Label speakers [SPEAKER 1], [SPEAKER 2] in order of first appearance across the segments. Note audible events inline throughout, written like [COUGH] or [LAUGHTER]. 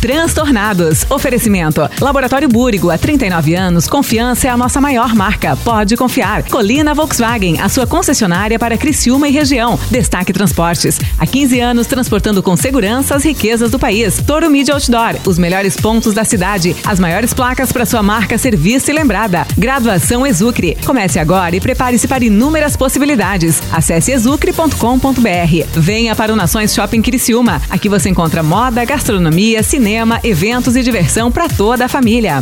[SPEAKER 1] Transtornados. Oferecimento. Laboratório Búrigo, há 39 anos, confiança é a nossa maior marca. Pode confiar. Colina Volkswagen, a sua concessionária para Criciúma e região. Destaque Transportes. Há 15 anos, transportando com segurança as riquezas do país. Toro Media Outdoor, os melhores pontos da cidade. As maiores placas para sua marca ser vista e lembrada. Graduação Exucre. Comece agora e prepare-se para inúmeras possibilidades. Acesse exucre.com.br. Venha para o Nações Shopping Criciúma. Aqui você encontra moda, gastronomia, cinema, eventos e diversão para toda a família.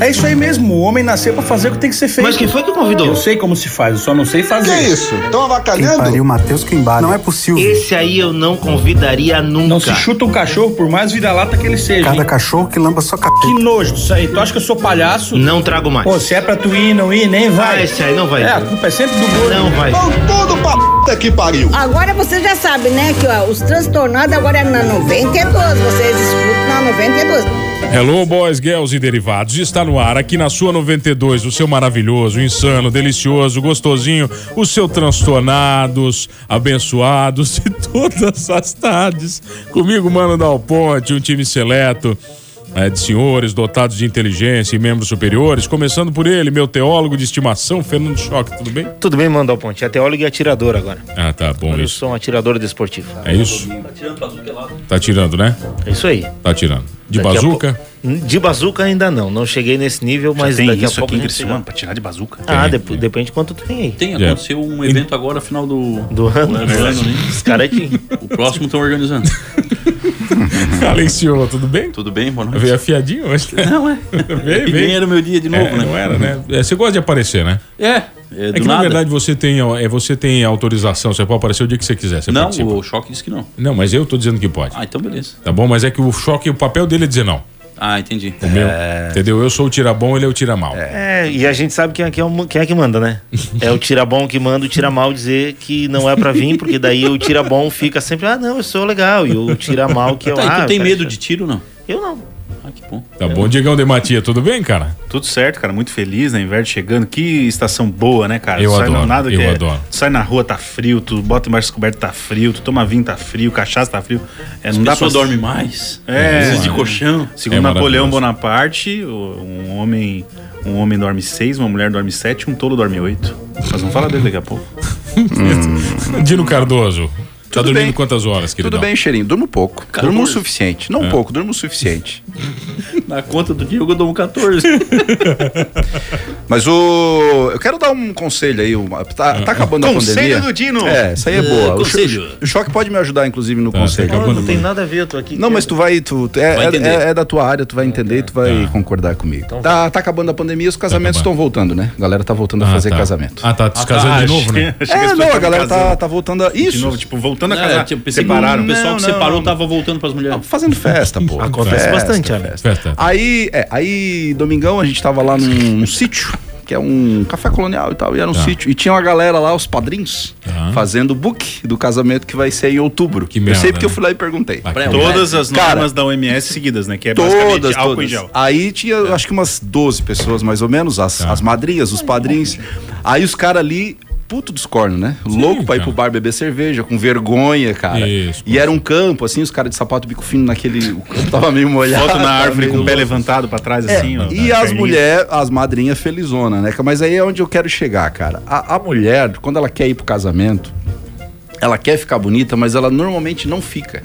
[SPEAKER 2] É isso aí mesmo, o homem nasceu pra fazer o que tem que ser feito.
[SPEAKER 3] Mas quem foi que convidou?
[SPEAKER 2] Eu sei como se faz, eu só não sei fazer.
[SPEAKER 4] Que
[SPEAKER 5] é
[SPEAKER 4] isso? Estão avacalhando?
[SPEAKER 6] Pariu, Matheus Quimbara. Tá Não é possível.
[SPEAKER 3] Esse aí eu não convidaria nunca.
[SPEAKER 2] Não se chuta um cachorro, por mais vira-lata que ele seja.
[SPEAKER 6] Cada
[SPEAKER 2] hein?
[SPEAKER 6] cachorro que lamba só c...
[SPEAKER 2] Que nojo disso aí. Tu acha que eu sou palhaço?
[SPEAKER 3] Não trago mais.
[SPEAKER 2] Pô, se é pra tu ir, não ir, nem
[SPEAKER 3] Ah,
[SPEAKER 2] vai.
[SPEAKER 3] esse aí não vai.
[SPEAKER 2] É, a culpa é sempre do gordo.
[SPEAKER 3] Não vai.
[SPEAKER 4] Estão tudo pra puta que pariu.
[SPEAKER 7] Agora você já sabe, né, que ó, os transtornados agora é na 92, vocês escutam na 92.
[SPEAKER 8] Hello, boys, girls e derivados. Está no ar aqui na sua 92, o seu maravilhoso, insano, delicioso, gostosinho, o seu transtornados, abençoados de [LAUGHS] todas as tardes. Comigo, Mano Dal Ponte, um time seleto. eh, de senhores dotados de inteligência e membros superiores, começando por ele, meu teólogo de estimação, Fernando Choque, tudo bem?
[SPEAKER 3] Tudo bem, Mandal Ponte. É teólogo e atirador agora.
[SPEAKER 8] Ah, tá bom
[SPEAKER 3] Eu
[SPEAKER 8] isso.
[SPEAKER 3] sou um atirador desportivo.
[SPEAKER 8] É isso? Tá tirando, né?
[SPEAKER 3] É isso aí.
[SPEAKER 8] Tá tirando. De
[SPEAKER 3] Daqui a
[SPEAKER 8] bazuca? [LAUGHS]
[SPEAKER 3] pou- De bazuca ainda não. Não cheguei nesse nível, mas
[SPEAKER 5] Tem
[SPEAKER 3] daqui a
[SPEAKER 5] isso
[SPEAKER 3] pouco.
[SPEAKER 5] aqui em
[SPEAKER 3] a gente chega.
[SPEAKER 5] Criciúma pra tirar de bazuca?
[SPEAKER 3] Ah,
[SPEAKER 8] Tem,
[SPEAKER 3] depo-
[SPEAKER 8] tem.
[SPEAKER 3] depende de quanto tem aí.
[SPEAKER 5] Tem,
[SPEAKER 8] Já.
[SPEAKER 5] aconteceu um evento agora, final do,
[SPEAKER 3] Do ano.
[SPEAKER 5] do ano, né?
[SPEAKER 3] Os caras
[SPEAKER 5] [LAUGHS]
[SPEAKER 3] é que.
[SPEAKER 5] O próximo estão organizando.
[SPEAKER 8] Alenciola, tudo bem?
[SPEAKER 5] [LAUGHS] Tudo bem, boa noite?
[SPEAKER 8] Veio afiadinho
[SPEAKER 3] [LAUGHS]
[SPEAKER 8] hoje?
[SPEAKER 5] Não, é.
[SPEAKER 8] [LAUGHS] Veio,
[SPEAKER 5] E nem
[SPEAKER 8] veio.
[SPEAKER 5] era o meu dia de novo,
[SPEAKER 8] É,
[SPEAKER 5] né?
[SPEAKER 8] Não era, né? É, você gosta de aparecer, né?
[SPEAKER 5] É, é,
[SPEAKER 8] É
[SPEAKER 5] do
[SPEAKER 8] que
[SPEAKER 5] nada.
[SPEAKER 8] na verdade você tem, ó, é, você tem autorização, você pode aparecer o dia que você quiser. Você
[SPEAKER 5] não,
[SPEAKER 8] participa.
[SPEAKER 5] o Choque disse que não.
[SPEAKER 8] Não, mas eu tô dizendo que pode.
[SPEAKER 5] Ah, então beleza.
[SPEAKER 8] Tá bom? Mas é que o choque, o papel dele é dizer não.
[SPEAKER 5] Ah, entendi.
[SPEAKER 9] É.
[SPEAKER 8] O meu. Entendeu? Eu sou o tira bom, ele é o tira mal.
[SPEAKER 3] É, e a gente sabe quem é, que é o- quem é que manda, né? É o tira bom que manda o tira mal dizer que não é pra vir, porque daí o tira bom fica sempre, ah, não, eu sou legal. E o tira mal que é o.
[SPEAKER 5] Tá,
[SPEAKER 3] ah,
[SPEAKER 5] e tu tem
[SPEAKER 3] cara,
[SPEAKER 5] medo de tiro ou não?
[SPEAKER 3] Eu não.
[SPEAKER 5] Ah, que bom.
[SPEAKER 8] Tá bom, Diegão de Matia, tudo bem, cara?
[SPEAKER 5] Tudo certo,
[SPEAKER 9] Cara, muito feliz, né? Inverno chegando. Que estação boa, né, cara?
[SPEAKER 8] Eu
[SPEAKER 9] sai
[SPEAKER 8] adoro,
[SPEAKER 9] na- nada que
[SPEAKER 8] eu
[SPEAKER 9] é-
[SPEAKER 8] adoro.
[SPEAKER 9] Sai na rua, tá frio. Tu bota embaixo descoberto, tá frio. Tu toma vinho, tá frio. Cachaça, tá frio. É, não
[SPEAKER 5] A
[SPEAKER 9] dá pra...
[SPEAKER 5] pessoa dorme mais.
[SPEAKER 9] É.
[SPEAKER 5] Precisa de colchão.
[SPEAKER 9] Segundo
[SPEAKER 8] É
[SPEAKER 9] Napoleão
[SPEAKER 8] maravilhoso.
[SPEAKER 9] Bonaparte, o- um homem... Um homem dorme seis, uma mulher dorme sete, um tolo dorme oito. Mas vamos falar dele daqui a pouco.
[SPEAKER 8] Tá Dino Cardoso. Tá
[SPEAKER 10] Tudo
[SPEAKER 8] dormindo
[SPEAKER 10] bem.
[SPEAKER 8] quantas horas, É. querido?
[SPEAKER 10] Tudo bem, cheirinho. Durmo pouco. Durmo o suficiente. Não pouco, durmo o suficiente.
[SPEAKER 5] Na conta do Diego eu dou um 14.
[SPEAKER 10] Mas o. Eu quero dar um conselho aí. uma- Tá, tá acabando a
[SPEAKER 9] Conselho
[SPEAKER 10] pandemia.
[SPEAKER 9] do Dino.
[SPEAKER 10] É, isso aí é boa. O, cho-
[SPEAKER 5] Hum. conselho. É. Então,
[SPEAKER 10] o choque pode me ajudar, inclusive, no conselho.
[SPEAKER 8] tá
[SPEAKER 3] Não,
[SPEAKER 8] acabando.
[SPEAKER 3] não tem nada a ver, eu tô aqui.
[SPEAKER 10] Não, mas tu vai. Tu, tu- é,
[SPEAKER 5] Vai entender.
[SPEAKER 10] é- é da tua área, tu vai entender e tu vai concordar comigo.
[SPEAKER 9] Então
[SPEAKER 10] Tá, tá acabando a pandemia, os casamentos estão voltando, né? A galera tá voltando a fazer
[SPEAKER 8] tá.
[SPEAKER 10] casamento.
[SPEAKER 8] Ah, tá descasando de novo, né?
[SPEAKER 9] [LAUGHS] Chega as
[SPEAKER 10] É,
[SPEAKER 9] pessoas
[SPEAKER 10] não, a
[SPEAKER 9] tão
[SPEAKER 10] galera tá,
[SPEAKER 9] casando.
[SPEAKER 10] tá voltando a.
[SPEAKER 9] De
[SPEAKER 10] Isso!
[SPEAKER 9] novo, tipo,
[SPEAKER 10] tá
[SPEAKER 9] voltando a
[SPEAKER 5] Não, é,
[SPEAKER 3] Ah,
[SPEAKER 9] casar.
[SPEAKER 5] eu pensei que
[SPEAKER 9] Separaram.
[SPEAKER 5] O pessoal que
[SPEAKER 9] Não, não,
[SPEAKER 5] separou
[SPEAKER 9] não.
[SPEAKER 5] tava voltando pras mulheres.
[SPEAKER 10] Fazendo festa, pô.
[SPEAKER 3] Acontece bastante, né?
[SPEAKER 8] Festa. tá.
[SPEAKER 10] Aí, é, aí, domingão, a gente tava lá num, num sítio, que é um café colonial e tal, e era um
[SPEAKER 8] Tá.
[SPEAKER 10] sítio. E tinha uma galera lá, os padrinhos,
[SPEAKER 8] Tá.
[SPEAKER 10] fazendo o book do casamento que vai ser em outubro.
[SPEAKER 8] Que
[SPEAKER 10] eu
[SPEAKER 8] merda,
[SPEAKER 10] sei porque
[SPEAKER 8] né?
[SPEAKER 10] eu fui lá e perguntei.
[SPEAKER 8] Bacana.
[SPEAKER 9] Todas as
[SPEAKER 10] Cara,
[SPEAKER 9] normas da OMS seguidas, né? Que é
[SPEAKER 10] Todas,
[SPEAKER 9] basicamente álcool
[SPEAKER 10] todas.
[SPEAKER 9] em gel.
[SPEAKER 10] Aí tinha, eu acho que umas 12 pessoas, mais ou menos, as,
[SPEAKER 8] Tá.
[SPEAKER 10] as madrinhas, os padrinhos. Aí os caras ali, puto dos cornos, né? Louco pra ir
[SPEAKER 8] cara.
[SPEAKER 10] pro bar beber cerveja, com vergonha, cara.
[SPEAKER 8] Isso,
[SPEAKER 10] e era um campo, assim, os caras de sapato bico fino naquele... O campo tava meio molhado.
[SPEAKER 9] Foto na
[SPEAKER 10] tava
[SPEAKER 9] árvore com
[SPEAKER 10] meio
[SPEAKER 9] o pé levantado pra trás,
[SPEAKER 10] É,
[SPEAKER 9] assim, ó.
[SPEAKER 10] e
[SPEAKER 9] na
[SPEAKER 10] as
[SPEAKER 9] perninha.
[SPEAKER 10] mulheres, as madrinhas felizona, né? Mas aí é onde eu quero chegar, cara. A, a mulher, quando ela quer ir pro casamento, ela quer ficar bonita, mas ela normalmente não fica.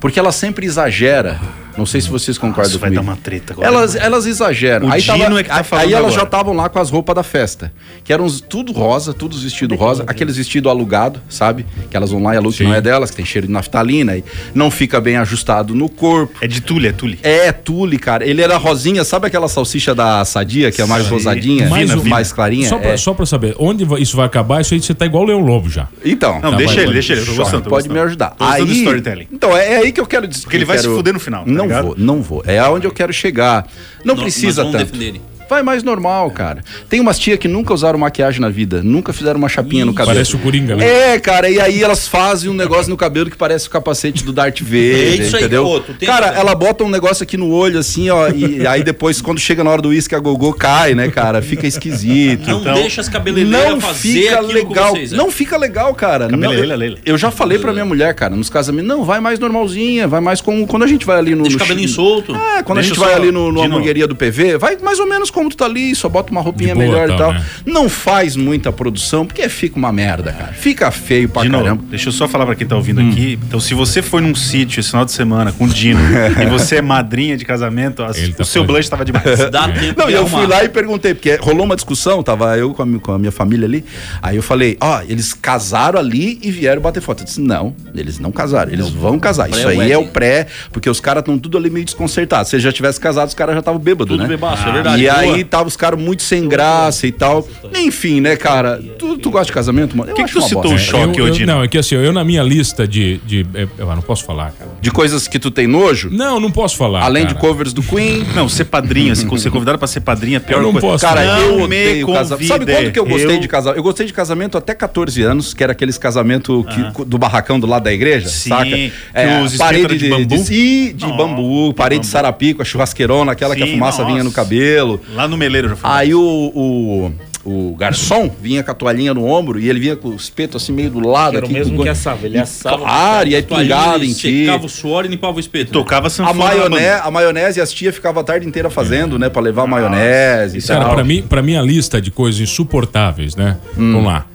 [SPEAKER 10] Porque ela sempre exagera. Não sei se vocês concordam
[SPEAKER 9] Isso vai
[SPEAKER 10] comigo.
[SPEAKER 9] dar uma treta agora.
[SPEAKER 10] Elas, elas exageram.
[SPEAKER 9] O
[SPEAKER 10] aí
[SPEAKER 9] Dino
[SPEAKER 10] tava-
[SPEAKER 9] é que tá
[SPEAKER 10] aí- aí
[SPEAKER 9] falando
[SPEAKER 10] elas
[SPEAKER 9] agora.
[SPEAKER 10] já estavam lá com as roupas da festa. Que eram os- tudo rosa, tudo os vestido rosa, aqueles vestido alugado, sabe? Que elas vão lá e alugam
[SPEAKER 8] Sim.
[SPEAKER 10] que não é delas, que tem cheiro de naftalina, e não fica bem ajustado no corpo.
[SPEAKER 9] É de tule, é tule.
[SPEAKER 10] É, tule, cara. Ele era rosinha, sabe aquela salsicha da Sadia, que é mais
[SPEAKER 9] Sim.
[SPEAKER 10] rosadinha,
[SPEAKER 9] Mais
[SPEAKER 10] mais,
[SPEAKER 9] um-
[SPEAKER 10] clarinha?
[SPEAKER 8] Só pra,
[SPEAKER 10] É.
[SPEAKER 8] só pra saber, onde va- isso vai acabar, isso aí você tá igual o Leão Lobo já.
[SPEAKER 10] Então,
[SPEAKER 9] Não,
[SPEAKER 8] Tá,
[SPEAKER 9] deixa
[SPEAKER 8] vai,
[SPEAKER 9] ele,
[SPEAKER 8] vai.
[SPEAKER 9] deixa ele. Eu tô gostando, tô
[SPEAKER 10] pode me
[SPEAKER 9] gostando.
[SPEAKER 10] ajudar.
[SPEAKER 9] Tô gostando do
[SPEAKER 10] Aí,
[SPEAKER 9] storytelling.
[SPEAKER 10] então, é, é aí que eu quero dizer.
[SPEAKER 9] Porque ele vai se fuder no final, tá
[SPEAKER 10] não
[SPEAKER 9] ligado?
[SPEAKER 10] vou, não vou. É aonde eu quero chegar. Não
[SPEAKER 5] Nós-
[SPEAKER 10] precisa
[SPEAKER 5] nós vamos
[SPEAKER 10] tanto.
[SPEAKER 5] defender ele.
[SPEAKER 10] Vai mais normal, cara. Tem umas tia que nunca usaram maquiagem na vida, nunca fizeram uma chapinha no cabelo.
[SPEAKER 8] Parece o Coringa, né?
[SPEAKER 10] É, cara, e aí elas fazem um negócio no cabelo que parece o capacete do Darth Vader,
[SPEAKER 11] É isso aí,
[SPEAKER 10] entendeu?
[SPEAKER 11] pô, tu tem
[SPEAKER 10] cara,
[SPEAKER 11] razão.
[SPEAKER 10] ela bota um negócio aqui no olho, assim, ó, e aí depois, quando chega na hora do uísque, a gogô cai, né, cara? Fica esquisito.
[SPEAKER 11] Não
[SPEAKER 10] então,
[SPEAKER 11] deixa as cabeleireiras
[SPEAKER 10] não
[SPEAKER 11] fazer
[SPEAKER 10] fica
[SPEAKER 11] aquilo com
[SPEAKER 10] legal.
[SPEAKER 11] vocês, né?
[SPEAKER 10] Não fica legal, cara. Não,
[SPEAKER 9] Cabeleireira,
[SPEAKER 10] eu,
[SPEAKER 9] Leila.
[SPEAKER 10] eu já falei pra minha mulher, cara, nos casamentos, não, vai mais normalzinha, vai mais como quando a gente vai ali no...
[SPEAKER 11] Deixa o
[SPEAKER 10] no
[SPEAKER 11] cabelinho
[SPEAKER 10] chi-
[SPEAKER 11] solto.
[SPEAKER 10] É,
[SPEAKER 9] Deixa
[SPEAKER 10] quando a gente vai
[SPEAKER 9] só-
[SPEAKER 10] ali no, no
[SPEAKER 9] de
[SPEAKER 10] hamburgueria do PV, vai mais ou menos como tu tá ali, só bota uma roupinha
[SPEAKER 8] boa,
[SPEAKER 10] melhor e
[SPEAKER 9] tá,
[SPEAKER 8] tal,
[SPEAKER 10] tal.
[SPEAKER 8] né?
[SPEAKER 10] Não faz muita produção, porque fica uma merda, cara. Fica feio pra
[SPEAKER 9] Dino,
[SPEAKER 10] caramba. Hum.
[SPEAKER 9] deixa eu só falar pra quem tá ouvindo aqui. Então, se você foi num sítio esse final de semana com o
[SPEAKER 6] [LAUGHS]
[SPEAKER 9] Dino e você é madrinha de casamento, as-
[SPEAKER 8] Ele tá
[SPEAKER 9] o seu
[SPEAKER 8] falando.
[SPEAKER 9] blush tava demais.
[SPEAKER 11] Dá tempo
[SPEAKER 10] Não,
[SPEAKER 3] é
[SPEAKER 11] de
[SPEAKER 10] e eu
[SPEAKER 11] arrumar.
[SPEAKER 10] fui lá e perguntei, porque rolou uma discussão, tava eu com a, mi- com a minha família ali. Aí eu falei, ó, eles casaram ali e vieram bater foto. Eu disse, não, eles não casaram, eles vão casar. Isso aí é o
[SPEAKER 11] Pré-wedding.
[SPEAKER 10] pré, porque os caras estão tudo ali meio desconcertados. Se eles já tivessem casado, os caras já estavam bêbados,
[SPEAKER 11] Tudo
[SPEAKER 10] né?
[SPEAKER 11] bebaço, é verdade,
[SPEAKER 10] E
[SPEAKER 11] boa.
[SPEAKER 10] aí tava os caras muito sem graça e tal. Enfim, né, cara? Tu, tu gosta de casamento, mano? Eu
[SPEAKER 9] que que
[SPEAKER 10] acho
[SPEAKER 9] tu
[SPEAKER 10] uma
[SPEAKER 9] citou
[SPEAKER 10] bosta.
[SPEAKER 9] o choque,
[SPEAKER 8] eu, eu,
[SPEAKER 9] Odino?
[SPEAKER 8] Não, é que assim, eu na minha lista de. de é, eu não posso falar, cara.
[SPEAKER 10] De coisas que tu tem nojo?
[SPEAKER 8] Não, não posso falar.
[SPEAKER 10] Além
[SPEAKER 8] cara.
[SPEAKER 10] de covers do Queen.
[SPEAKER 9] Não, ser padrinho, assim, ser convidado pra ser padrinho é a pior
[SPEAKER 8] Eu não
[SPEAKER 9] coisa.
[SPEAKER 8] posso.
[SPEAKER 10] Cara,
[SPEAKER 9] Não
[SPEAKER 10] eu
[SPEAKER 9] me
[SPEAKER 10] odeio casamento. Sabe
[SPEAKER 9] convide.
[SPEAKER 10] quando que eu gostei
[SPEAKER 9] Eu-
[SPEAKER 10] de casamento? Eu gostei de casamento até 14 anos, que era aqueles casamento que- do barracão do lado da igreja,
[SPEAKER 9] Ah. Sim,
[SPEAKER 10] saca?
[SPEAKER 9] que
[SPEAKER 10] É,
[SPEAKER 9] os
[SPEAKER 10] parede
[SPEAKER 9] espetos de
[SPEAKER 10] de,
[SPEAKER 9] bambu.
[SPEAKER 10] de, de, de
[SPEAKER 9] Não,
[SPEAKER 10] bambu,
[SPEAKER 9] de
[SPEAKER 10] parede de
[SPEAKER 9] bambu.
[SPEAKER 10] sarapico, a churrasqueirona, aquela que a
[SPEAKER 9] Sim,
[SPEAKER 10] fumaça
[SPEAKER 9] nossa.
[SPEAKER 10] vinha no cabelo.
[SPEAKER 9] Lá no Meleiro eu já
[SPEAKER 11] Ah,
[SPEAKER 9] foi.
[SPEAKER 10] Aí o, o, o garçom vinha com a toalhinha no ombro e ele vinha com o espeto assim meio do lado.
[SPEAKER 3] Era o
[SPEAKER 10] aqui,
[SPEAKER 3] mesmo
[SPEAKER 10] com-
[SPEAKER 3] que assava, ele assava.
[SPEAKER 10] Claro, e aí pingava em ti.
[SPEAKER 11] Secava o suor e limpava o espeto. né?
[SPEAKER 9] tocava sanfona.
[SPEAKER 10] A, maioné,
[SPEAKER 9] na
[SPEAKER 10] a maionese e as tias ficavam a tarde inteira fazendo, né? Pra levar a maionese e
[SPEAKER 8] Cara,
[SPEAKER 10] tal.
[SPEAKER 8] pra mim, pra minha lista de coisas insuportáveis, né?
[SPEAKER 10] Hum.
[SPEAKER 8] Vamos lá.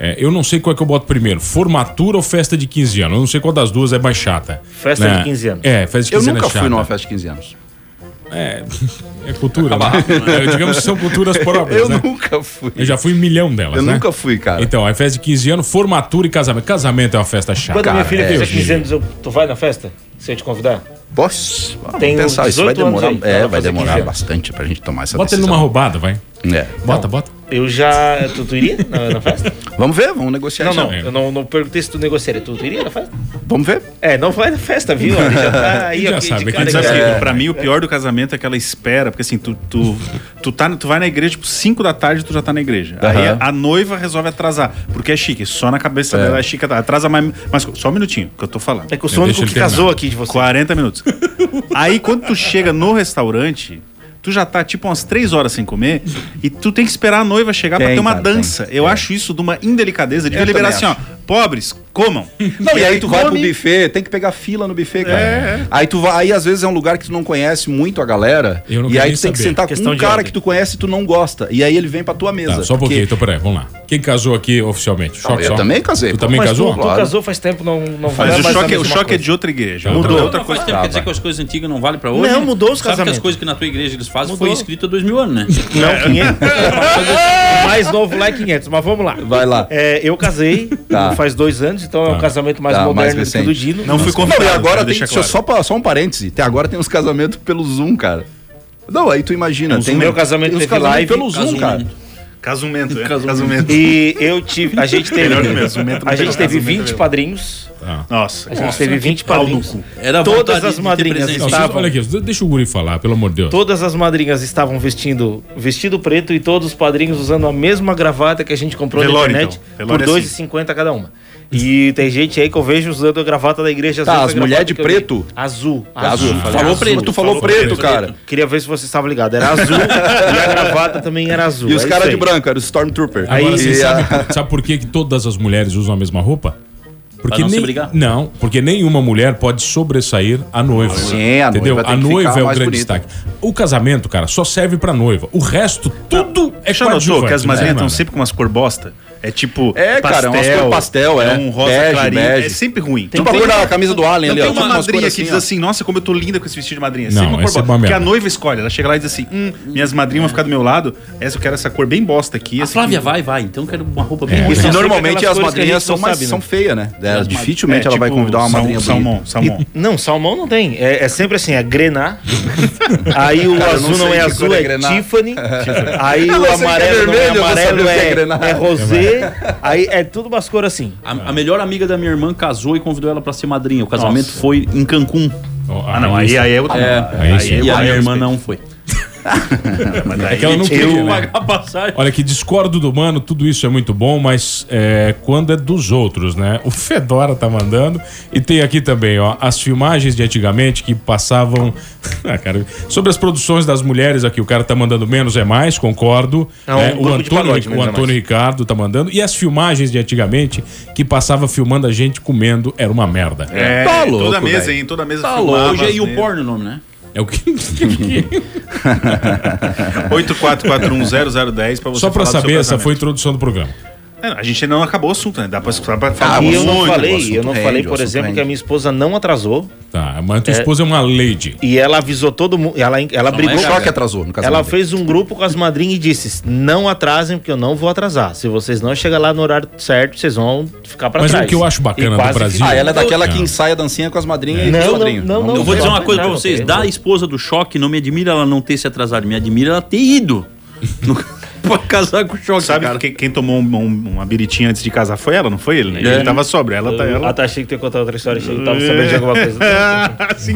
[SPEAKER 8] É, eu não sei qual é que eu boto primeiro, formatura ou festa de 15 anos. Eu não sei qual das duas é mais chata.
[SPEAKER 3] Festa de 15 anos.
[SPEAKER 8] É, festa de
[SPEAKER 10] Eu
[SPEAKER 8] 15 anos
[SPEAKER 10] nunca
[SPEAKER 8] é chata.
[SPEAKER 10] fui numa festa de 15 anos.
[SPEAKER 8] É, é cultura, né? É, digamos que são culturas próprias,
[SPEAKER 10] [LAUGHS] Eu
[SPEAKER 8] né?
[SPEAKER 10] nunca fui.
[SPEAKER 8] Eu já fui em um milhão delas,
[SPEAKER 10] Eu
[SPEAKER 8] né?
[SPEAKER 10] nunca fui, cara.
[SPEAKER 8] Então, é festa de 15 anos, formatura e casamento. Casamento é uma festa chata.
[SPEAKER 3] Quando minha filha
[SPEAKER 10] é,
[SPEAKER 3] fizer
[SPEAKER 8] Eugênio.
[SPEAKER 3] 15 anos, eu- tu vai na festa? Se eu te convidar?
[SPEAKER 10] Posso? Vamos
[SPEAKER 3] Tem
[SPEAKER 10] pensar, isso vai
[SPEAKER 3] 18 anos
[SPEAKER 10] demorar,
[SPEAKER 3] aí pra
[SPEAKER 10] é,
[SPEAKER 3] ela
[SPEAKER 10] vai
[SPEAKER 3] fazer
[SPEAKER 10] demorar
[SPEAKER 3] 15
[SPEAKER 10] bastante pra gente tomar essa
[SPEAKER 8] Bota ele
[SPEAKER 10] decisão.
[SPEAKER 8] numa roubada, vai.
[SPEAKER 10] É.
[SPEAKER 8] Bota, bota.
[SPEAKER 3] Eu já. Tu, tu iria na, na festa?
[SPEAKER 10] Vamos ver, vamos negociar
[SPEAKER 3] Não,
[SPEAKER 10] isso.
[SPEAKER 3] não. Eu não, não perguntei se tu negociaria. Tu, tu iria na festa?
[SPEAKER 10] Vamos ver.
[SPEAKER 3] É, não vai na festa, viu? Ele já tá aí,
[SPEAKER 8] Já
[SPEAKER 3] ó, de
[SPEAKER 8] sabe,
[SPEAKER 3] cara
[SPEAKER 8] quem
[SPEAKER 3] que
[SPEAKER 9] Sabe
[SPEAKER 3] já-
[SPEAKER 9] que,
[SPEAKER 3] É.
[SPEAKER 9] pra mim, o pior do casamento é aquela espera, porque assim, tu, tu, tu, tá, tu vai na igreja, tipo, 5 da tarde tu já tá na igreja. Aí
[SPEAKER 10] Aham.
[SPEAKER 9] a noiva resolve atrasar, porque é chique, só na cabeça
[SPEAKER 10] É.
[SPEAKER 9] dela é chique, atrasa mais, mas só um minutinho, que eu tô falando.
[SPEAKER 3] É que eu sou o
[SPEAKER 8] Deixa
[SPEAKER 3] único
[SPEAKER 8] ele
[SPEAKER 3] que casou
[SPEAKER 8] terminar.
[SPEAKER 3] aqui de você.
[SPEAKER 9] 40 minutos. Aí quando tu chega no restaurante, tu já tá tipo umas 3 horas sem comer e tu tem que esperar a noiva chegar pra
[SPEAKER 10] Tem,
[SPEAKER 9] ter uma
[SPEAKER 10] cara,
[SPEAKER 9] dança. Eu acho isso de uma indelicadeza. Devia
[SPEAKER 10] É. Eu
[SPEAKER 9] liberar assim,
[SPEAKER 10] também
[SPEAKER 9] ó, pobres, comam.
[SPEAKER 10] Não, e aí tu vai pro
[SPEAKER 9] come.
[SPEAKER 10] buffet, tem que pegar fila no buffet, cara. Aí tu vai, aí às vezes é um lugar que tu não conhece muito a galera,
[SPEAKER 8] Eu não
[SPEAKER 10] e
[SPEAKER 8] quero
[SPEAKER 10] aí
[SPEAKER 8] nem
[SPEAKER 10] tu tem que
[SPEAKER 8] saber.
[SPEAKER 10] sentar com
[SPEAKER 3] Questão
[SPEAKER 10] um
[SPEAKER 3] de
[SPEAKER 10] cara
[SPEAKER 3] ordem.
[SPEAKER 10] que tu conhece e tu não gosta, e aí ele vem pra tua mesa.
[SPEAKER 8] Tá, só um pouquinho, então peraí, vamos lá. Quem casou aqui oficialmente? Choque
[SPEAKER 10] eu
[SPEAKER 8] só.
[SPEAKER 10] também casei,
[SPEAKER 8] Tu
[SPEAKER 10] pô.
[SPEAKER 8] também
[SPEAKER 10] Mas
[SPEAKER 8] casou?
[SPEAKER 3] Tu
[SPEAKER 10] Claro.
[SPEAKER 3] casou faz tempo, não, não vai
[SPEAKER 9] Mas
[SPEAKER 3] mais
[SPEAKER 9] o
[SPEAKER 3] a
[SPEAKER 9] choque, o
[SPEAKER 3] mesma
[SPEAKER 9] choque é
[SPEAKER 3] coisa.
[SPEAKER 9] de outra igreja.
[SPEAKER 8] Tá,
[SPEAKER 9] Mudou.
[SPEAKER 8] tá.
[SPEAKER 11] Não, não faz tempo, quer dizer que as coisas antigas não valem pra hoje?
[SPEAKER 3] Não, mudou os
[SPEAKER 11] Sabe que as
[SPEAKER 3] casamentos.
[SPEAKER 11] coisas que na tua igreja eles fazem foi escrita há dois mil anos, né?
[SPEAKER 3] Não, 500. O mais novo lá é 500, mas vamos lá.
[SPEAKER 10] Vai lá.
[SPEAKER 3] É, eu casei
[SPEAKER 10] Tá.
[SPEAKER 3] faz dois anos, então é um
[SPEAKER 8] Tá.
[SPEAKER 3] casamento mais
[SPEAKER 10] Tá, mais
[SPEAKER 3] moderno do que o do
[SPEAKER 10] recente.
[SPEAKER 3] Dino.
[SPEAKER 9] Não fui
[SPEAKER 10] Não,
[SPEAKER 9] convidado.
[SPEAKER 10] e agora
[SPEAKER 9] quero
[SPEAKER 10] tem
[SPEAKER 9] deixar
[SPEAKER 10] só- só, pra- só um parêntese. Até agora tem uns casamentos pelo Zoom, cara. Não, aí tu imagina. Tem
[SPEAKER 3] O meu casamento
[SPEAKER 10] tem uns
[SPEAKER 3] teve
[SPEAKER 10] casamentos
[SPEAKER 3] live.
[SPEAKER 10] pelo Zoom,
[SPEAKER 11] Casamento.
[SPEAKER 10] cara.
[SPEAKER 9] Casumento, é. Casumento.
[SPEAKER 3] E eu tive. A gente teve.
[SPEAKER 9] Melhor mesmo, momento
[SPEAKER 3] a
[SPEAKER 9] do
[SPEAKER 3] gente
[SPEAKER 9] casamento
[SPEAKER 3] teve
[SPEAKER 9] né?
[SPEAKER 3] 20
[SPEAKER 9] mesmo.
[SPEAKER 3] padrinhos.
[SPEAKER 9] Nossa.
[SPEAKER 3] A gente teve 20 padrinhos.
[SPEAKER 11] Era a vontade
[SPEAKER 3] Todas
[SPEAKER 11] de
[SPEAKER 3] as
[SPEAKER 11] ter
[SPEAKER 3] madrinhas
[SPEAKER 11] presente.
[SPEAKER 8] Não, vocês-
[SPEAKER 3] estavam.
[SPEAKER 8] olha aqui, deixa o Guri falar, pelo amor de Deus.
[SPEAKER 3] Todas as madrinhas estavam vestindo vestido preto e todos os padrinhos usando a mesma gravata que a gente comprou
[SPEAKER 9] Velório,
[SPEAKER 3] na internet
[SPEAKER 9] então.
[SPEAKER 3] por
[SPEAKER 9] Velório é assim.
[SPEAKER 3] R$2,50 cada uma. E tem gente aí que eu vejo usando a gravata da igreja. às
[SPEAKER 10] Tá,
[SPEAKER 3] vezes a
[SPEAKER 10] as mulher
[SPEAKER 3] gravata
[SPEAKER 10] de
[SPEAKER 3] que eu vi.
[SPEAKER 10] preto? Tá,
[SPEAKER 3] Azul.
[SPEAKER 10] Azul.
[SPEAKER 3] eu falei,
[SPEAKER 10] Falou
[SPEAKER 3] azul.
[SPEAKER 10] preto, tu falou, preto,
[SPEAKER 8] preto.
[SPEAKER 10] cara.
[SPEAKER 3] Queria ver se você estava ligado. Era azul
[SPEAKER 10] [LAUGHS]
[SPEAKER 3] e a gravata também era azul.
[SPEAKER 10] E os
[SPEAKER 3] É
[SPEAKER 10] caras
[SPEAKER 3] isso
[SPEAKER 10] de
[SPEAKER 3] aí.
[SPEAKER 10] branco, era o Stormtrooper.
[SPEAKER 8] Agora,
[SPEAKER 10] E
[SPEAKER 8] você
[SPEAKER 10] a-
[SPEAKER 8] sabe, sabe por que, que todas as mulheres usam a mesma roupa? Porque
[SPEAKER 11] Pra não se
[SPEAKER 8] nem-
[SPEAKER 11] brigar?
[SPEAKER 8] Não, porque nenhuma mulher pode sobressair a noiva.
[SPEAKER 10] Sim, a noiva
[SPEAKER 8] entendeu?
[SPEAKER 10] tem
[SPEAKER 8] a
[SPEAKER 10] que
[SPEAKER 8] noiva
[SPEAKER 10] ficar
[SPEAKER 8] é o
[SPEAKER 10] mais
[SPEAKER 8] grande
[SPEAKER 10] bonita.
[SPEAKER 8] destaque. O casamento, cara, só serve pra noiva. O resto, tudo é
[SPEAKER 9] Já notou que as madrinhas estão
[SPEAKER 8] mano?
[SPEAKER 9] sempre com umas cor bosta? É tipo.
[SPEAKER 10] né, É, cara, é umas cor pastel, é.
[SPEAKER 9] um rosa
[SPEAKER 10] Bege,
[SPEAKER 9] clarinho.
[SPEAKER 10] bege.
[SPEAKER 9] É sempre ruim.
[SPEAKER 10] Tipo a cor da camisa do Allen
[SPEAKER 9] Não
[SPEAKER 10] ali,
[SPEAKER 9] tem
[SPEAKER 10] ó. tipo
[SPEAKER 9] uma
[SPEAKER 10] Umas
[SPEAKER 9] madrinha
[SPEAKER 10] cores
[SPEAKER 9] que diz
[SPEAKER 10] ó.
[SPEAKER 9] assim, nossa, como eu tô linda com esse vestido de madrinha. É
[SPEAKER 8] Não,
[SPEAKER 9] sempre uma cor
[SPEAKER 8] essa é
[SPEAKER 9] bosta.
[SPEAKER 8] uma
[SPEAKER 9] Porque a
[SPEAKER 8] merda.
[SPEAKER 9] noiva escolhe. Ela chega lá e diz assim: hum, minhas madrinhas vão ficar do meu lado. Essa eu quero essa cor bem bosta aqui.
[SPEAKER 10] Ah,
[SPEAKER 11] A
[SPEAKER 9] essa
[SPEAKER 11] Flávia
[SPEAKER 9] aqui.
[SPEAKER 11] vai, vai. Então eu quero uma roupa bem
[SPEAKER 10] E
[SPEAKER 11] bonita.
[SPEAKER 3] São sempre
[SPEAKER 10] normalmente
[SPEAKER 3] aquelas
[SPEAKER 10] as
[SPEAKER 3] cores que a
[SPEAKER 10] madrinhas
[SPEAKER 3] gente
[SPEAKER 10] são
[SPEAKER 3] não
[SPEAKER 10] mais
[SPEAKER 3] sabe, né?
[SPEAKER 10] são feias, né? É,
[SPEAKER 9] É,
[SPEAKER 10] dificilmente ela vai
[SPEAKER 9] tipo,
[SPEAKER 10] convidar uma
[SPEAKER 9] sal-
[SPEAKER 10] madrinha bonita.
[SPEAKER 9] Salmão, salmão.
[SPEAKER 3] Não, salmão não tem. É, é sempre assim, é
[SPEAKER 10] [LAUGHS]
[SPEAKER 3] grená. aí o
[SPEAKER 10] Cara, eu
[SPEAKER 3] azul
[SPEAKER 10] não
[SPEAKER 3] não,
[SPEAKER 10] sei
[SPEAKER 3] é
[SPEAKER 10] que
[SPEAKER 3] azul,
[SPEAKER 10] cor é
[SPEAKER 3] é,
[SPEAKER 10] Grená. [LAUGHS]
[SPEAKER 3] Tiffany. aí
[SPEAKER 10] Eu
[SPEAKER 3] o
[SPEAKER 10] não sei que é
[SPEAKER 3] amarelo não é
[SPEAKER 10] vermelho, eu não sabia
[SPEAKER 3] amarelo,
[SPEAKER 10] o que é
[SPEAKER 3] é,
[SPEAKER 10] Grená.
[SPEAKER 3] é rosé. Aí é tudo umas cores assim.
[SPEAKER 11] A, a melhor amiga da minha irmã casou e convidou ela pra ser madrinha. O casamento foi em Cancún.
[SPEAKER 8] Ó,
[SPEAKER 9] Ah, não, aí, aí é outra.
[SPEAKER 11] É,
[SPEAKER 8] Aí sim.
[SPEAKER 11] e a minha irmã não foi.
[SPEAKER 8] É que ela não queria, né? Olha, que discordo do mano, tudo isso é muito bom, mas é, quando é dos outros, né? O Fedora tá mandando. E tem aqui também, ó, as filmagens de antigamente que passavam. [LAUGHS] Ah, cara, sobre as produções das mulheres aqui, o cara tá mandando menos é mais, concordo.
[SPEAKER 3] É um
[SPEAKER 8] né? o
[SPEAKER 3] grupo de
[SPEAKER 8] Antônio,
[SPEAKER 3] pagode,
[SPEAKER 8] o
[SPEAKER 3] menos é
[SPEAKER 8] Antônio
[SPEAKER 3] mais.
[SPEAKER 8] Ricardo tá mandando. E as filmagens de antigamente que passava filmando a gente comendo era uma merda.
[SPEAKER 9] É, Tá louco, toda mesa, velho. hein? Toda mesa Tá filmava louco.
[SPEAKER 11] Hoje é e o
[SPEAKER 9] né?
[SPEAKER 11] porno o nome, né?
[SPEAKER 8] É o que. [LAUGHS]
[SPEAKER 9] 84410010 pra você
[SPEAKER 8] Só
[SPEAKER 9] falar
[SPEAKER 8] pra
[SPEAKER 9] do seu
[SPEAKER 8] saber, essa
[SPEAKER 9] casamento.
[SPEAKER 8] foi a introdução do programa.
[SPEAKER 9] É, a gente ainda não acabou o assunto, né? Dá pra escutar pra falar
[SPEAKER 3] Ah, e eu não
[SPEAKER 9] muito, o
[SPEAKER 3] falei,
[SPEAKER 9] assunto né?
[SPEAKER 3] eu não
[SPEAKER 9] rende,
[SPEAKER 3] falei,
[SPEAKER 9] o
[SPEAKER 3] por
[SPEAKER 9] assunto
[SPEAKER 3] exemplo, que
[SPEAKER 9] rende.
[SPEAKER 3] a minha esposa não atrasou.
[SPEAKER 8] Tá, mas tua
[SPEAKER 3] É.
[SPEAKER 8] esposa é uma lady.
[SPEAKER 3] E ela avisou todo mundo. Ela, ela
[SPEAKER 8] Não,
[SPEAKER 3] brigou.
[SPEAKER 8] mas só
[SPEAKER 3] com-
[SPEAKER 8] que atrasou no casamento
[SPEAKER 3] Ela
[SPEAKER 8] dele.
[SPEAKER 3] fez um grupo com as madrinhas e disse: Não atrasem, porque eu não vou atrasar. Se vocês não chegarem lá no horário certo, vocês vão ficar pra
[SPEAKER 8] Mas
[SPEAKER 3] trás.
[SPEAKER 8] o que eu acho bacana
[SPEAKER 3] E
[SPEAKER 8] do
[SPEAKER 3] quase
[SPEAKER 8] Brasil-
[SPEAKER 3] fica-
[SPEAKER 10] Ah, ela é daquela
[SPEAKER 3] Eu-
[SPEAKER 10] que ensaia a dancinha com as madrinhas e
[SPEAKER 3] Não,
[SPEAKER 10] os
[SPEAKER 3] não,
[SPEAKER 10] madrinhos.
[SPEAKER 3] não, não,
[SPEAKER 11] Eu vou dizer uma coisa pra
[SPEAKER 3] não,
[SPEAKER 11] vocês.
[SPEAKER 3] não.
[SPEAKER 11] Da esposa do choque, não me admira ela não ter se atrasado. Me admira ela ter ido. No- [LAUGHS] pra casar com o choque,
[SPEAKER 9] Sabe
[SPEAKER 11] cara.
[SPEAKER 9] que- quem tomou um, um, uma biritinha antes de casar foi ela, não foi ele? Né?
[SPEAKER 11] É.
[SPEAKER 9] Ele tava sobre ela, tá
[SPEAKER 3] Eu-
[SPEAKER 9] ela.
[SPEAKER 3] Ah, tá, achei que tu ia contar outra história. Achei que tava sabendo de alguma
[SPEAKER 8] [LAUGHS]
[SPEAKER 3] coisa.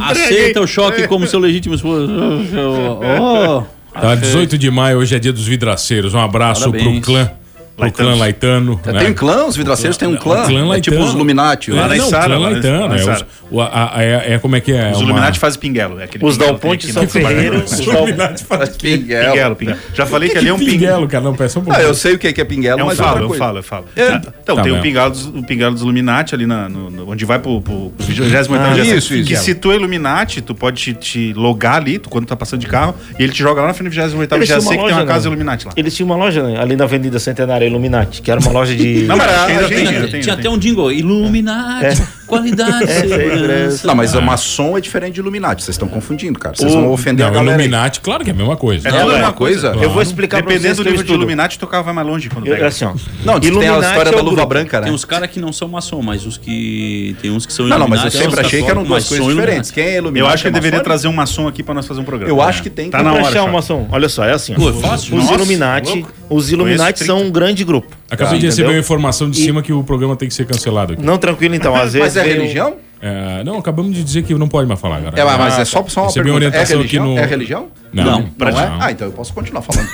[SPEAKER 11] Aceita o
[SPEAKER 9] É.
[SPEAKER 11] choque como seu legítimo esposo.
[SPEAKER 9] [LAUGHS]
[SPEAKER 11] Oh,
[SPEAKER 8] Tá, 18 de maio, hoje é dia dos vidraceiros. Um abraço
[SPEAKER 11] Parabéns.
[SPEAKER 8] pro clã. Pro clã Laitano. né?
[SPEAKER 10] É, tem um clã? Os vidraceiros têm um clã?
[SPEAKER 8] O clã
[SPEAKER 10] É
[SPEAKER 8] Laitano.
[SPEAKER 10] tipo os Illuminati,
[SPEAKER 3] né?
[SPEAKER 8] É,
[SPEAKER 10] lá na
[SPEAKER 8] não, o
[SPEAKER 10] Isara,
[SPEAKER 8] clã
[SPEAKER 10] lá na-
[SPEAKER 8] Laitano.
[SPEAKER 10] na
[SPEAKER 8] é os-
[SPEAKER 10] Isara.
[SPEAKER 8] o- a- a- é- é como é que é?
[SPEAKER 9] Os
[SPEAKER 8] Uma-
[SPEAKER 9] Illuminati fazem pinguelo. É aquele
[SPEAKER 8] Os
[SPEAKER 9] pinguelo
[SPEAKER 8] Dalponte
[SPEAKER 9] que
[SPEAKER 8] são
[SPEAKER 9] tem aqui na Barra.
[SPEAKER 8] ferreiros, os
[SPEAKER 9] Os
[SPEAKER 8] Dal-
[SPEAKER 9] Illuminati fazem pinguelo. Pinguelo, pinguelo. Já falei que,
[SPEAKER 8] Que
[SPEAKER 9] ali é um
[SPEAKER 8] pinguelo, cara. Não, peça um pouco.
[SPEAKER 10] Ah, eu sei o que é que é pinguelo,
[SPEAKER 9] É um
[SPEAKER 10] mas
[SPEAKER 9] falo,
[SPEAKER 10] outra
[SPEAKER 9] eu
[SPEAKER 10] coisa.
[SPEAKER 9] falo, eu falo.
[SPEAKER 10] É.
[SPEAKER 9] Então,
[SPEAKER 8] Tá
[SPEAKER 9] tem o
[SPEAKER 8] mesmo.
[SPEAKER 9] pinguelo, dos, o pinguelo dos Illuminati ali, na, no- no- onde vai pro, pro 28
[SPEAKER 10] Ah,
[SPEAKER 9] geração.
[SPEAKER 10] isso, isso.
[SPEAKER 9] Que se tu é Illuminati, tu pode te, te logar ali, tu, quando tá passando de carro, e ele te joga lá na frente do 28
[SPEAKER 3] Eles tinham
[SPEAKER 9] geração, que tem uma
[SPEAKER 3] loja, né?
[SPEAKER 9] casa Illuminati lá.
[SPEAKER 3] Eles tinham uma loja né? ali na Avenida Centenária Illuminati, que era uma loja né? de.
[SPEAKER 9] Não, mas ainda tem,
[SPEAKER 11] tinha
[SPEAKER 9] ainda tem,
[SPEAKER 11] tinha
[SPEAKER 9] ainda
[SPEAKER 11] até um jingle. Iluminati,
[SPEAKER 9] É. [LAUGHS]
[SPEAKER 11] qualidade,
[SPEAKER 3] É, um-
[SPEAKER 11] segurança.
[SPEAKER 10] Não,
[SPEAKER 3] Ah.
[SPEAKER 10] mas a maçom é diferente de Illuminati. Vocês estão confundindo, cara. Vocês
[SPEAKER 3] O-
[SPEAKER 10] vão ofender a
[SPEAKER 8] Não,
[SPEAKER 10] galera. aí.
[SPEAKER 8] Illuminati, claro que é a mesma coisa.
[SPEAKER 10] É
[SPEAKER 8] Não,
[SPEAKER 10] tudo a
[SPEAKER 8] é.
[SPEAKER 10] mesma coisa?
[SPEAKER 8] Claro.
[SPEAKER 3] Eu vou explicar pra vocês.
[SPEAKER 9] Dependendo do
[SPEAKER 3] que eu
[SPEAKER 9] livro de
[SPEAKER 3] estudo.
[SPEAKER 9] Illuminati, tu vai mais longe quando
[SPEAKER 3] Eu,
[SPEAKER 9] pega.
[SPEAKER 3] assim, ó.
[SPEAKER 10] Não, diz que tem a
[SPEAKER 3] Illuminati
[SPEAKER 10] história
[SPEAKER 3] é
[SPEAKER 10] da
[SPEAKER 3] o
[SPEAKER 10] luva
[SPEAKER 3] grupo.
[SPEAKER 10] branca, né?
[SPEAKER 11] Tem uns caras que não são maçom, mas os que. Tem uns que são
[SPEAKER 10] Não, não, mas eu
[SPEAKER 11] Illuminati,
[SPEAKER 10] sempre
[SPEAKER 11] uns
[SPEAKER 10] achei que eram
[SPEAKER 11] católicos,
[SPEAKER 10] duas
[SPEAKER 11] mas
[SPEAKER 10] coisas
[SPEAKER 11] são
[SPEAKER 10] diferentes.
[SPEAKER 11] Illuminati.
[SPEAKER 10] Quem é iluminado?
[SPEAKER 9] Eu acho que eu deveria trazer um maçom aqui pra nós fazer um programa.
[SPEAKER 10] Eu
[SPEAKER 9] É.
[SPEAKER 10] acho que tem
[SPEAKER 9] Tá
[SPEAKER 10] que
[SPEAKER 9] na
[SPEAKER 3] Vou
[SPEAKER 9] hora.
[SPEAKER 3] achar
[SPEAKER 9] Choca.
[SPEAKER 3] uma ação. Olha só, é assim. ó.
[SPEAKER 11] Pô, é fácil?
[SPEAKER 3] Os
[SPEAKER 11] Nossa,
[SPEAKER 3] Illuminati,
[SPEAKER 9] louco.
[SPEAKER 3] os Illuminati
[SPEAKER 9] Conheço
[SPEAKER 3] são um grande grupo.
[SPEAKER 8] Acabei
[SPEAKER 3] Tá,
[SPEAKER 8] de receber um
[SPEAKER 3] entendeu?
[SPEAKER 8] uma informação de
[SPEAKER 3] E-
[SPEAKER 8] cima que o programa tem que ser cancelado aqui.
[SPEAKER 3] Não, tranquilo então. Às vezes
[SPEAKER 10] Mas é
[SPEAKER 3] veio-
[SPEAKER 10] religião?
[SPEAKER 8] É, não, acabamos de dizer que não pode mais falar, cara. Ah,
[SPEAKER 10] É, mas
[SPEAKER 9] Ah,
[SPEAKER 10] é só, só uma
[SPEAKER 8] Recebi
[SPEAKER 10] pergunta.
[SPEAKER 8] orientação
[SPEAKER 10] é
[SPEAKER 8] aqui
[SPEAKER 10] religião?
[SPEAKER 8] no-
[SPEAKER 10] É religião?
[SPEAKER 8] Não,
[SPEAKER 11] Não,
[SPEAKER 10] Não
[SPEAKER 8] pra
[SPEAKER 10] é?
[SPEAKER 8] ti.
[SPEAKER 10] Ah, então eu posso continuar falando.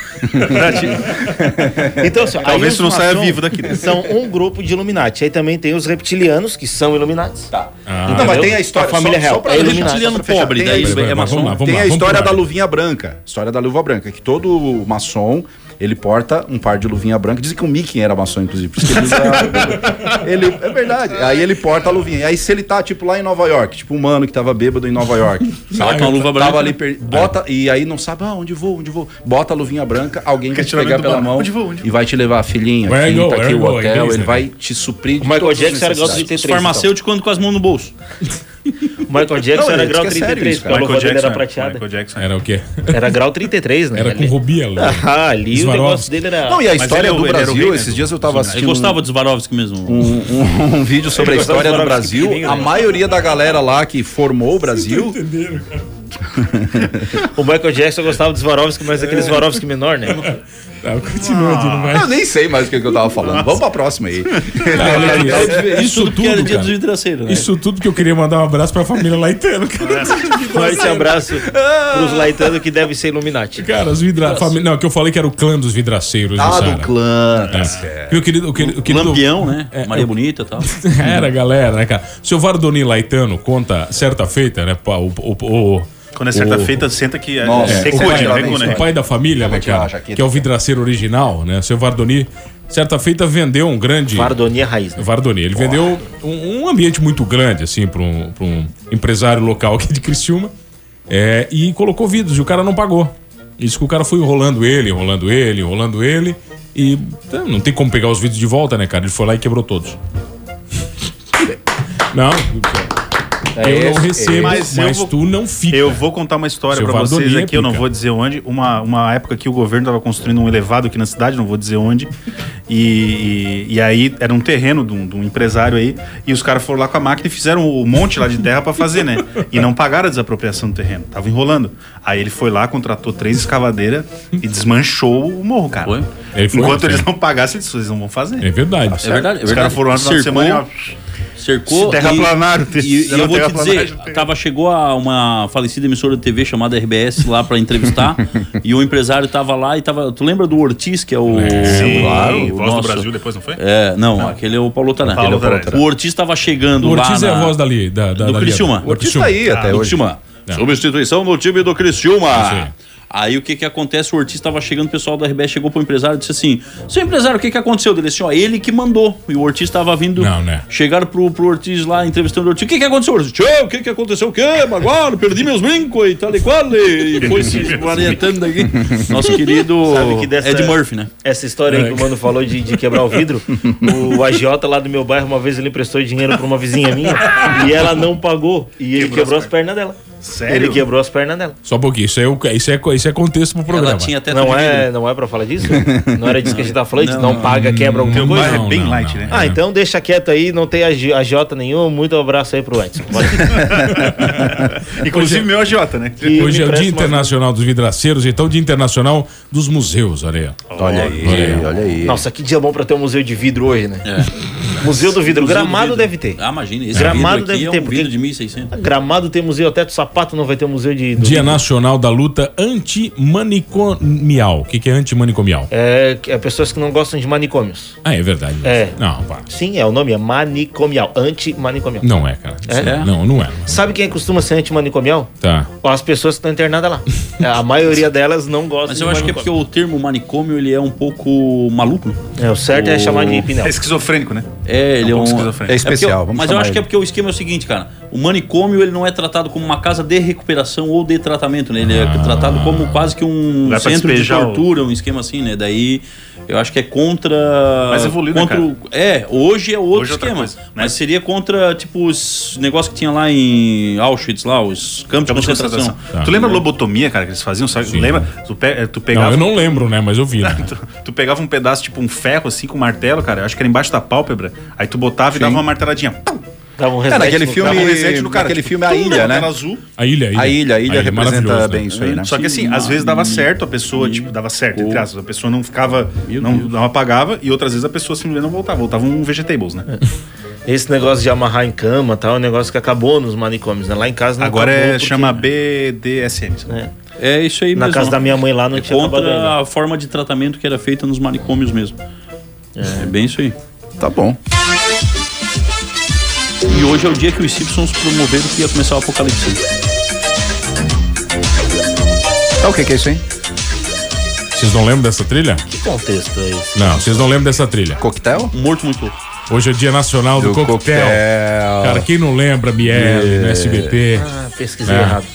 [SPEAKER 3] Então, assim, ó,
[SPEAKER 9] Talvez
[SPEAKER 3] aí os
[SPEAKER 9] tu não saia
[SPEAKER 3] maçom
[SPEAKER 9] vivo daqui, né?
[SPEAKER 3] [LAUGHS] São um grupo de Illuminati. Aí também tem os reptilianos, que são Illuminati.
[SPEAKER 10] Tá.
[SPEAKER 8] Ah.
[SPEAKER 10] Não, mas tem a
[SPEAKER 3] Entendeu?
[SPEAKER 10] história.
[SPEAKER 3] A família
[SPEAKER 10] só,
[SPEAKER 3] real.
[SPEAKER 10] Só pra
[SPEAKER 3] É
[SPEAKER 10] fechar,
[SPEAKER 3] iluminado.
[SPEAKER 10] só pra fechar.
[SPEAKER 11] Pobre,
[SPEAKER 10] Tem a
[SPEAKER 11] daí
[SPEAKER 10] his-
[SPEAKER 8] vai-
[SPEAKER 11] é
[SPEAKER 8] vai-
[SPEAKER 11] maçom.
[SPEAKER 8] vamos lá, vamos
[SPEAKER 10] tem
[SPEAKER 8] lá,
[SPEAKER 10] a
[SPEAKER 8] vamos
[SPEAKER 10] história
[SPEAKER 8] pro
[SPEAKER 10] da
[SPEAKER 8] ar.
[SPEAKER 10] luvinha branca. História da luva branca, que todo maçom. Ele porta um par de luvinha branca. Dizem que o Mickey era maçom, inclusive. Por isso que ele, usa... ele É verdade. Aí ele porta a luvinha. Aí se ele tá, tipo, lá em Nova York, tipo um mano que tava bêbado em Nova York.
[SPEAKER 11] Saca
[SPEAKER 10] Aí
[SPEAKER 11] uma luva branca.
[SPEAKER 10] Tava ali, per- bota, e aí não sabe, ah, onde vou, onde vou. Bota a luvinha branca, alguém vai te
[SPEAKER 9] Questionamento
[SPEAKER 10] pegar
[SPEAKER 9] do
[SPEAKER 10] pela
[SPEAKER 9] barco.
[SPEAKER 10] mão
[SPEAKER 9] Onde vou, onde
[SPEAKER 10] e vai te levar, filhinho,
[SPEAKER 8] Where
[SPEAKER 10] aqui,
[SPEAKER 8] you go,
[SPEAKER 10] tá aqui
[SPEAKER 8] where
[SPEAKER 10] o
[SPEAKER 8] you go,
[SPEAKER 10] hotel,
[SPEAKER 8] inglês,
[SPEAKER 10] ele
[SPEAKER 8] né?
[SPEAKER 10] vai te suprir de
[SPEAKER 3] O Michael
[SPEAKER 10] todas as
[SPEAKER 3] Jackson era grau
[SPEAKER 10] necessidades.
[SPEAKER 3] 33. então.
[SPEAKER 11] Farmacêutico anda com as mãos no bolso.
[SPEAKER 3] O Michael Jackson
[SPEAKER 10] Não,
[SPEAKER 3] era
[SPEAKER 10] gente,
[SPEAKER 3] grau
[SPEAKER 10] que é sério
[SPEAKER 3] 33,
[SPEAKER 10] isso,
[SPEAKER 3] porque a
[SPEAKER 10] cara.
[SPEAKER 3] luva dele era
[SPEAKER 9] é.
[SPEAKER 3] prateada.
[SPEAKER 9] Michael Jackson. é.
[SPEAKER 8] Era o quê? [LAUGHS]
[SPEAKER 3] Era grau 33, né?
[SPEAKER 8] Era
[SPEAKER 10] É
[SPEAKER 8] com
[SPEAKER 3] Ali-
[SPEAKER 8] Rubielo.
[SPEAKER 3] [LAUGHS] Ah, ali o
[SPEAKER 8] Swarovski.
[SPEAKER 3] negócio dele era...
[SPEAKER 10] Não, e a
[SPEAKER 9] Mas ele
[SPEAKER 10] história
[SPEAKER 9] é o-
[SPEAKER 10] do
[SPEAKER 9] ele era o rei,
[SPEAKER 10] Brasil,
[SPEAKER 9] né,
[SPEAKER 10] esses
[SPEAKER 9] do-
[SPEAKER 10] dias eu estava
[SPEAKER 11] Eu
[SPEAKER 10] assistindo
[SPEAKER 11] gostava dos Varovski mesmo.
[SPEAKER 10] um, um- um vídeo sobre a
[SPEAKER 3] Ele gostava
[SPEAKER 10] história do
[SPEAKER 3] de falar
[SPEAKER 10] Brasil.
[SPEAKER 3] pequenininho,
[SPEAKER 10] A
[SPEAKER 3] né?
[SPEAKER 10] maioria da galera lá que formou
[SPEAKER 8] tá
[SPEAKER 10] o Brasil.
[SPEAKER 3] O Michael Jackson gostava dos Swarovski, mas aquele Swarovski menor, né?
[SPEAKER 8] Tá, continua,
[SPEAKER 10] Ah.
[SPEAKER 8] Dino, vai.
[SPEAKER 10] Eu nem sei mais o que que eu tava falando. Vamos pra próxima aí.
[SPEAKER 8] Tá, olha aqui, Isso
[SPEAKER 11] Tudo que era
[SPEAKER 8] tudo,
[SPEAKER 11] dia dos
[SPEAKER 8] cara.
[SPEAKER 11] vidraceiros. né?
[SPEAKER 8] Isso tudo que eu queria mandar um abraço pra família Laitano, cara.
[SPEAKER 3] Forte abraço pros laitanos que devem ser Illuminati.
[SPEAKER 8] Cara, os vidra... fami- Não, que eu falei que era o clã dos vidraceiros.
[SPEAKER 10] Ah,
[SPEAKER 8] Jussara.
[SPEAKER 10] do clã.
[SPEAKER 8] É. Meu querido, o querido, o querido
[SPEAKER 11] Lampião, né?
[SPEAKER 8] É,
[SPEAKER 11] Maria
[SPEAKER 8] eu-
[SPEAKER 11] Bonita e tal.
[SPEAKER 8] [LAUGHS] Era, galera, né, cara? O seu Vardoni Laitano conta certa feita, né? pá, O, o, o-
[SPEAKER 9] Quando é certa
[SPEAKER 8] o-
[SPEAKER 9] feita, senta que é,
[SPEAKER 10] Nossa,
[SPEAKER 9] é,
[SPEAKER 8] o
[SPEAKER 10] secou,
[SPEAKER 8] pai,
[SPEAKER 10] né?
[SPEAKER 8] o
[SPEAKER 10] Secou,
[SPEAKER 8] pai
[SPEAKER 10] né?
[SPEAKER 8] da família, né,
[SPEAKER 10] tirar a
[SPEAKER 8] cara?
[SPEAKER 10] jaqueta.
[SPEAKER 8] Que é o vidraceiro original, né? O seu Vardoni, certa feita, vendeu um grande.
[SPEAKER 3] Mardonia Raiz, né?
[SPEAKER 8] Vardoni. Ele vendeu um, um ambiente muito grande, assim, para um, pra um empresário local aqui de Criciúma. é, e colocou vidros e o cara não pagou. Isso que o cara foi enrolando ele, enrolando ele, enrolando ele. E tá, não tem como pegar os vidros de volta, né, cara? Ele foi lá e quebrou todos. [LAUGHS] Não, eu não recebo, mas,
[SPEAKER 9] Mas É eu vou-
[SPEAKER 8] tu não fica.
[SPEAKER 9] Eu vou contar uma história
[SPEAKER 8] Seu
[SPEAKER 9] pra vocês
[SPEAKER 8] Valdonia,
[SPEAKER 9] aqui, eu não
[SPEAKER 8] pica.
[SPEAKER 9] vou dizer onde. Uma, uma época que o governo estava construindo um elevado aqui na cidade, não vou dizer onde. [LAUGHS] E, e, e aí era um terreno de um, de um empresário aí. E os caras foram lá com a máquina e fizeram o monte lá de terra pra fazer, né? E não pagaram a desapropriação do terreno, tava enrolando. Aí ele foi lá, contratou três escavadeiras e desmanchou o morro, cara.
[SPEAKER 11] Foi?
[SPEAKER 8] Ele foi,
[SPEAKER 9] Enquanto
[SPEAKER 8] sim.
[SPEAKER 9] eles não pagassem, eles, disse, "Vocês não vão fazer.
[SPEAKER 8] É verdade.
[SPEAKER 11] É verdade, é
[SPEAKER 9] Os caras
[SPEAKER 11] verdade.
[SPEAKER 9] foram lá no final de
[SPEAKER 11] Cercou-
[SPEAKER 9] semana e ó, cercou.
[SPEAKER 6] Se terraplanaram,
[SPEAKER 9] e,
[SPEAKER 6] te-
[SPEAKER 9] e, e
[SPEAKER 6] fizeram
[SPEAKER 9] eu vou te dizer,
[SPEAKER 6] terraplanagem.
[SPEAKER 9] tava, chegou a uma falecida emissora de TV chamada RBS lá pra
[SPEAKER 6] [LAUGHS]
[SPEAKER 9] entrevistar. e o empresário tava lá e tava. Tu lembra do Ortiz, que é o.
[SPEAKER 6] Sim,
[SPEAKER 9] claro,
[SPEAKER 6] Voz
[SPEAKER 9] o
[SPEAKER 6] do
[SPEAKER 9] nosso-
[SPEAKER 6] Brasil, depois não foi?
[SPEAKER 9] É, não, aquele é o Paulo Taran.
[SPEAKER 6] Paulo
[SPEAKER 9] Aquele é
[SPEAKER 6] Taran.
[SPEAKER 9] O Ortiz tava chegando
[SPEAKER 8] O
[SPEAKER 9] lá.
[SPEAKER 8] Ortiz é a
[SPEAKER 9] na-
[SPEAKER 8] voz dali, da, da,
[SPEAKER 9] do
[SPEAKER 8] da
[SPEAKER 9] Criciúma. tá
[SPEAKER 8] O Criciúma.
[SPEAKER 9] Do Criciúma.
[SPEAKER 8] É.
[SPEAKER 9] Substituição no time do Criciúma. Aí o que que acontece? O Ortiz estava chegando, o pessoal da RBS chegou pro empresário e disse assim: Seu empresário, o que que aconteceu? Ele disse: Ó, ele que mandou. E o Ortiz estava vindo.
[SPEAKER 8] Não, né?
[SPEAKER 9] Chegaram pro, pro Ortiz lá, entrevistando o Ortiz: O que que aconteceu, Ortiz? Tchê, o que que aconteceu? O quê? Magoaram, perdi meus brincos e tal e qual.
[SPEAKER 8] [LAUGHS]
[SPEAKER 9] E foi se varietando daqui. Nosso querido
[SPEAKER 3] Sabe que dessa-
[SPEAKER 9] Ed Murphy, né?
[SPEAKER 3] Essa história aí que o Mano falou de, de quebrar o vidro, o agiota lá do meu bairro, uma vez ele emprestou dinheiro pra uma vizinha minha e ela não pagou. E ele quebrou, as pernas dela.
[SPEAKER 6] Sério?
[SPEAKER 3] Ele quebrou as pernas dela.
[SPEAKER 8] Só um pouquinho, isso é, o- isso, é, isso é contexto pro programa.
[SPEAKER 9] até
[SPEAKER 3] Não é, não é pra falar disso? Não era disso que a gente tá falando? de Não, paga, quebra alguma
[SPEAKER 6] Teu
[SPEAKER 8] um
[SPEAKER 3] coisa?
[SPEAKER 6] bairro é bem
[SPEAKER 8] não,
[SPEAKER 6] light,
[SPEAKER 8] não.
[SPEAKER 6] né?
[SPEAKER 3] Ah, então deixa quieto aí, não tem agi- agiota nenhum. Muito abraço aí pro Edson. Valeu.
[SPEAKER 8] [LAUGHS]
[SPEAKER 6] Inclusive meu agiota, né?
[SPEAKER 3] E
[SPEAKER 8] é Hoje
[SPEAKER 3] me
[SPEAKER 8] é
[SPEAKER 3] empresta
[SPEAKER 8] o Dia
[SPEAKER 3] mais-
[SPEAKER 8] Internacional dos Vidraceiros, então Dia Internacional dos Museus, olha aí.
[SPEAKER 10] Olha aí,
[SPEAKER 8] Olha aí.
[SPEAKER 10] olha aí.
[SPEAKER 3] Nossa, que dia bom pra ter um museu de vidro hoje, né? Museu do vidro.
[SPEAKER 9] É. Museu do
[SPEAKER 3] Gramado
[SPEAKER 9] vidro.
[SPEAKER 3] deve ter.
[SPEAKER 9] Ah, imagina, esse
[SPEAKER 3] Gramado
[SPEAKER 9] vidro aqui
[SPEAKER 3] deve
[SPEAKER 9] é um
[SPEAKER 3] ter, porque-
[SPEAKER 9] vidro de 1600.
[SPEAKER 3] Gramado tem museu, até do sapato não vai ter museu de. do
[SPEAKER 8] Dia
[SPEAKER 3] vidro.
[SPEAKER 8] Nacional da Luta Antimanicomial. O que, que é antimanicomial?
[SPEAKER 3] É, é pessoas que não gostam de manicômios.
[SPEAKER 8] Ah, é verdade.
[SPEAKER 3] É.
[SPEAKER 8] Não, pá.
[SPEAKER 3] Sim, é o nome, é manicomial. Antimanicomial.
[SPEAKER 8] Não é, cara.
[SPEAKER 3] É?
[SPEAKER 8] Não, não é. mas
[SPEAKER 3] Sabe quem costuma ser antimanicomial?
[SPEAKER 8] Tá.
[SPEAKER 3] As pessoas que estão internadas
[SPEAKER 8] [LAUGHS]
[SPEAKER 3] lá. A maioria delas não gosta
[SPEAKER 9] Mas
[SPEAKER 3] de
[SPEAKER 9] eu acho que é porque
[SPEAKER 3] manicômio.
[SPEAKER 9] o termo manicômio ele é um pouco maluco. né?
[SPEAKER 3] É, o certo é
[SPEAKER 9] o-
[SPEAKER 3] chamar de hipnel.
[SPEAKER 6] É esquizofrênico, né?
[SPEAKER 9] É, ele é um.
[SPEAKER 6] pouco
[SPEAKER 10] É
[SPEAKER 6] esquizofrênico.
[SPEAKER 10] especial,
[SPEAKER 9] porque eu-
[SPEAKER 10] vamos
[SPEAKER 9] mas eu
[SPEAKER 10] chamar
[SPEAKER 9] acho que é
[SPEAKER 10] ele.
[SPEAKER 9] porque o esquema é o seguinte, cara. O manicômio ele não é tratado como uma casa de recuperação ou de tratamento, né? Ele é tratado como quase que um
[SPEAKER 6] Lugar Ah. pra
[SPEAKER 9] centro de
[SPEAKER 6] despejar o-
[SPEAKER 9] tortura, um esquema assim, né? Daí eu acho que é contra.
[SPEAKER 6] Mais evoluído, né,
[SPEAKER 9] contra
[SPEAKER 6] cara?
[SPEAKER 9] o- É, hoje é outro
[SPEAKER 6] Hoje é outra
[SPEAKER 9] esquema.
[SPEAKER 6] coisa, né?
[SPEAKER 9] Mas seria contra, tipo, os negócios que tinha lá em Auschwitz, lá, os campos de concentração.
[SPEAKER 8] Tá.
[SPEAKER 6] Tu lembra a lobotomia, cara, que eles faziam? Sabe?
[SPEAKER 8] Sim.
[SPEAKER 6] Lembra? Tu, pe- eh, tu
[SPEAKER 8] Não,
[SPEAKER 6] pegava.
[SPEAKER 8] eu não lembro, né? Mas eu vi. né?
[SPEAKER 6] Tu, tu pegava um pedaço, tipo um ferro, assim, com um martelo, cara. Acho que era embaixo da pálpebra. Aí tu botava e dava uma marteladinha. Pum!
[SPEAKER 3] Dava um
[SPEAKER 10] É,
[SPEAKER 3] reset
[SPEAKER 10] naquele
[SPEAKER 3] no-
[SPEAKER 10] filme,
[SPEAKER 6] Dava um reset no cara.
[SPEAKER 10] naquele
[SPEAKER 6] tipo,
[SPEAKER 10] filme A
[SPEAKER 6] tum,
[SPEAKER 10] Ilha, né?
[SPEAKER 6] martelo azul.
[SPEAKER 8] A ilha, a ilha.
[SPEAKER 10] A ilha, a ilha representa
[SPEAKER 8] maravilhoso,
[SPEAKER 10] bem
[SPEAKER 8] né?
[SPEAKER 10] isso aí, né?
[SPEAKER 6] Só que assim, às vezes
[SPEAKER 9] Uhum.
[SPEAKER 6] dava certo a pessoa, tipo, dava certo, entre aspas. A pessoa não ficava, não, não apagava, e outras vezes a pessoa simplesmente não voltava. Voltava um vegetables, né?
[SPEAKER 3] Esse negócio de amarrar em cama tal, é um negócio que acabou nos manicômios, né? Lá em casa não
[SPEAKER 6] Agora
[SPEAKER 3] acabou
[SPEAKER 6] é,
[SPEAKER 3] porque-
[SPEAKER 6] chama BDSM.
[SPEAKER 10] Né?
[SPEAKER 6] sabe?
[SPEAKER 3] É.
[SPEAKER 9] É isso aí
[SPEAKER 3] Na
[SPEAKER 9] mesmo.
[SPEAKER 3] casa da minha mãe lá não
[SPEAKER 9] é
[SPEAKER 3] tinha acabado ainda.
[SPEAKER 9] contra a forma de tratamento que era feita nos manicômios mesmo. É, bem isso aí.
[SPEAKER 10] Tá bom.
[SPEAKER 9] E hoje é o dia que os Simpsons promoveram que ia começar o apocalipse.
[SPEAKER 10] Tá, o que que é isso, hein?
[SPEAKER 8] Vocês não lembram dessa trilha?
[SPEAKER 3] Que contexto é esse?
[SPEAKER 8] Não, vocês não lembram dessa trilha.
[SPEAKER 10] Coquetel?
[SPEAKER 9] Um morto muito louco.
[SPEAKER 8] Hoje é o Dia Nacional do, coquetel. Cara, quem não lembra, Miele, no SBT.
[SPEAKER 3] Ah, pesquisei
[SPEAKER 8] É.
[SPEAKER 3] errado.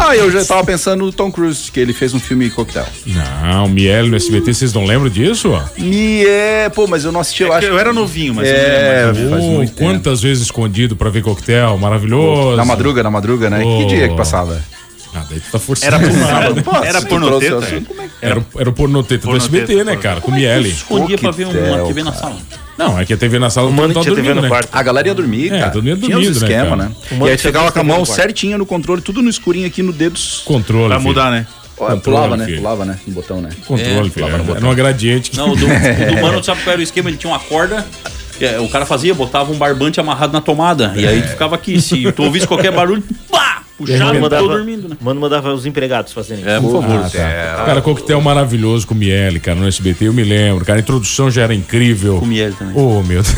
[SPEAKER 10] Ah, eu já tava pensando no Tom Cruise, que ele fez um filme coquetel.
[SPEAKER 8] Não, Miele no SBT, vocês não lembram disso?
[SPEAKER 10] Me é. Pô, mas eu não assisti, eu
[SPEAKER 6] É que
[SPEAKER 10] acho.
[SPEAKER 6] Eu era novinho, mas...
[SPEAKER 10] É,
[SPEAKER 6] eu
[SPEAKER 10] faz
[SPEAKER 8] Ô,
[SPEAKER 10] muito tempo.
[SPEAKER 8] quantas vezes escondido pra ver coquetel, maravilhoso.
[SPEAKER 10] Na madruga, na madruga, né?
[SPEAKER 8] Pô.
[SPEAKER 10] Que dia que passava?
[SPEAKER 8] Ah, daí tu tá forçando.
[SPEAKER 6] Era
[SPEAKER 10] Sábado. Pô,
[SPEAKER 6] pornô, era
[SPEAKER 10] assim, trouxe o
[SPEAKER 6] pornoteta.
[SPEAKER 10] assunto.
[SPEAKER 8] Era, o- era o pornoteta do
[SPEAKER 6] Pornoteta,
[SPEAKER 8] SBT, né,
[SPEAKER 6] pornoteta.
[SPEAKER 8] cara? Com
[SPEAKER 9] Eu
[SPEAKER 8] Miele.
[SPEAKER 9] escondia pra ver um-
[SPEAKER 10] Coquetel,
[SPEAKER 9] uma TV na sala.
[SPEAKER 8] Não, é que a TV na sala
[SPEAKER 3] O mano
[SPEAKER 8] tá
[SPEAKER 3] tinha TV
[SPEAKER 8] dormindo,
[SPEAKER 3] no
[SPEAKER 8] né?
[SPEAKER 3] quarto.
[SPEAKER 10] A galera ia dormir,
[SPEAKER 8] É,
[SPEAKER 10] cara.
[SPEAKER 8] dormia
[SPEAKER 10] Tinha
[SPEAKER 8] dormido,
[SPEAKER 10] os
[SPEAKER 8] né,
[SPEAKER 10] esquema,
[SPEAKER 8] cara?
[SPEAKER 10] né?
[SPEAKER 3] O mano
[SPEAKER 10] E aí tu
[SPEAKER 3] tinha
[SPEAKER 10] ficava
[SPEAKER 3] visto
[SPEAKER 10] com a
[SPEAKER 3] também
[SPEAKER 10] mão
[SPEAKER 3] no quarto.
[SPEAKER 10] certinha no controle, tudo no escurinho aqui no dedos.
[SPEAKER 8] Controle.
[SPEAKER 6] Pra
[SPEAKER 8] filho.
[SPEAKER 6] mudar, né?
[SPEAKER 10] Ó,
[SPEAKER 8] Controle,
[SPEAKER 10] pulava, né?
[SPEAKER 8] filho.
[SPEAKER 10] Pulava, né? No botão, né?
[SPEAKER 8] Controle,
[SPEAKER 9] É,
[SPEAKER 8] filho. Era, era uma gradiente. que-
[SPEAKER 9] Não, o do, o do Mano, tu sabe qual era o esquema? Ele tinha uma corda, que, é, o cara fazia, botava um barbante amarrado na tomada. E aí tu ficava aqui. Se tu ouvisse qualquer barulho, pá! Puxava
[SPEAKER 3] Mano
[SPEAKER 9] e
[SPEAKER 3] mandava,
[SPEAKER 9] tô dormindo, né?
[SPEAKER 3] mano mandava os empregados fazerem isso. [LAUGHS]
[SPEAKER 9] É, por favor.
[SPEAKER 10] Ah, tá.
[SPEAKER 8] Cara, coquetel maravilhoso com Miele, cara, no SBT, eu me lembro. Cara, a introdução já era incrível.
[SPEAKER 9] Com Miele também.
[SPEAKER 8] Ô, meu Deus.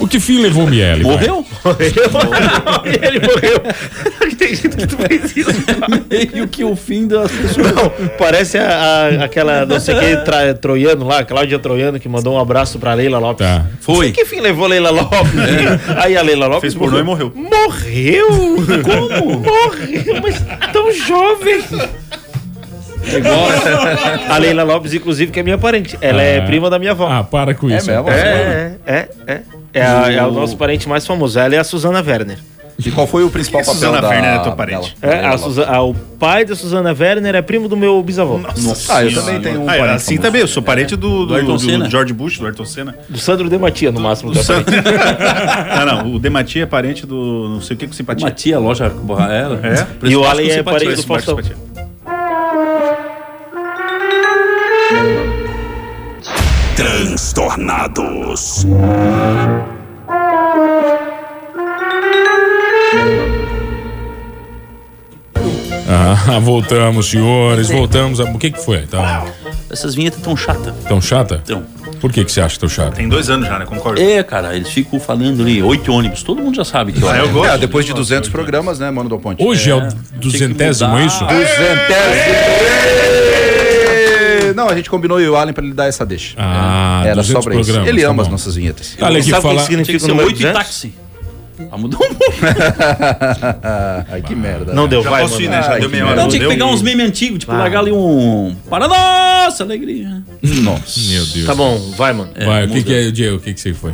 [SPEAKER 8] o que fim levou Miele? vai?
[SPEAKER 9] Morreu?
[SPEAKER 3] Ele morreu. Tem gente que tu fez isso.
[SPEAKER 9] Meio que o fim das pessoas.
[SPEAKER 3] Não, parece a, a- aquela, não sei quem, tra, troiano lá, Cláudia Troiano, que mandou um abraço pra Leila Lopes.
[SPEAKER 8] Tá.
[SPEAKER 9] Foi.
[SPEAKER 3] É Que fim levou Leila Lopes? Aí a Leila Lopes
[SPEAKER 6] Fez pornô e morreu.
[SPEAKER 3] Morreu? Como? Morreu, mas tão jovem. A Leila Lopes, inclusive, que é minha parente. Ela é
[SPEAKER 8] Ah.
[SPEAKER 3] prima da minha avó.
[SPEAKER 8] Ah, para com isso.
[SPEAKER 10] mesmo?
[SPEAKER 3] É, é, é. É, é, a- é o nosso parente mais famoso. Ela é a Suzana Werner.
[SPEAKER 10] E qual foi o principal
[SPEAKER 6] Por que
[SPEAKER 10] papel
[SPEAKER 6] Susana
[SPEAKER 10] da...
[SPEAKER 6] Werner é tua
[SPEAKER 10] dela?
[SPEAKER 6] parente?
[SPEAKER 3] É, a Suza- ah, o pai da Suzana Werner é primo do meu bisavó.
[SPEAKER 10] Nossa, ah, eu também
[SPEAKER 6] senhora.
[SPEAKER 10] tenho um
[SPEAKER 6] Ah,
[SPEAKER 10] parente
[SPEAKER 6] assim
[SPEAKER 10] famoso.
[SPEAKER 6] também, eu sou parente do, do,
[SPEAKER 9] Do Ayrton
[SPEAKER 6] do
[SPEAKER 9] Senna.
[SPEAKER 6] George Bush, do Ayrton Senna. [LAUGHS]
[SPEAKER 3] Do Sandro Dematia, no máximo. que é parente.
[SPEAKER 6] Ah, não, o Dematia é parente do não sei o que com simpatia.
[SPEAKER 9] Matia, loja. borra ela.
[SPEAKER 6] É?
[SPEAKER 3] E o Allen
[SPEAKER 9] Alien
[SPEAKER 3] é parente do
[SPEAKER 6] Esse Marcos
[SPEAKER 3] Faustão.
[SPEAKER 6] Simpatia.
[SPEAKER 12] Trans.
[SPEAKER 13] Transtornados.
[SPEAKER 8] Ah, voltamos, senhores, voltamos. A... O que que foi? Tá...
[SPEAKER 9] Essas vinhetas tão chata.
[SPEAKER 8] Tão chata?
[SPEAKER 9] Então.
[SPEAKER 8] Por que que você acha tão chata?
[SPEAKER 6] Tem dois anos já, né? Concordo.
[SPEAKER 9] É, cara, eles ficam falando ali, oito ônibus, todo mundo já sabe que
[SPEAKER 10] Ah, eu gosto. É, depois de
[SPEAKER 9] 200
[SPEAKER 10] programas, né, Mano Dal Ponte?
[SPEAKER 9] Hoje é o
[SPEAKER 10] duzentésimo,
[SPEAKER 9] é isso?
[SPEAKER 10] Duzentésimo! Não, a gente combinou eu e o Allen pra ele dar essa deixa.
[SPEAKER 8] Ah,
[SPEAKER 10] Era
[SPEAKER 9] 200
[SPEAKER 10] só pra isso.
[SPEAKER 9] programas,
[SPEAKER 10] Ele
[SPEAKER 9] tá
[SPEAKER 10] ama
[SPEAKER 9] bom.
[SPEAKER 10] as nossas vinhetas.
[SPEAKER 9] Olha aqui, fala- Tinha que ser oito e
[SPEAKER 10] táxi.
[SPEAKER 9] Ah, mudou um pouco.
[SPEAKER 10] Ai, que merda.
[SPEAKER 9] Não deu,
[SPEAKER 10] Já
[SPEAKER 9] vai,
[SPEAKER 10] posso ir,
[SPEAKER 9] mano.
[SPEAKER 10] né? Já
[SPEAKER 9] Ai,
[SPEAKER 10] deu
[SPEAKER 9] que
[SPEAKER 10] meia
[SPEAKER 9] merda.
[SPEAKER 10] hora.
[SPEAKER 9] Não, Então, tinha que
[SPEAKER 10] Deu
[SPEAKER 9] pegar
[SPEAKER 10] e-
[SPEAKER 6] um.
[SPEAKER 9] uns meia antigos, tipo,
[SPEAKER 10] Ah.
[SPEAKER 9] largar ali um. Para nossa alegria.
[SPEAKER 10] Nossa.
[SPEAKER 8] Meu Deus.
[SPEAKER 3] Tá bom, vai, mano.
[SPEAKER 8] Vai, o que que é, Diego? O que que você foi?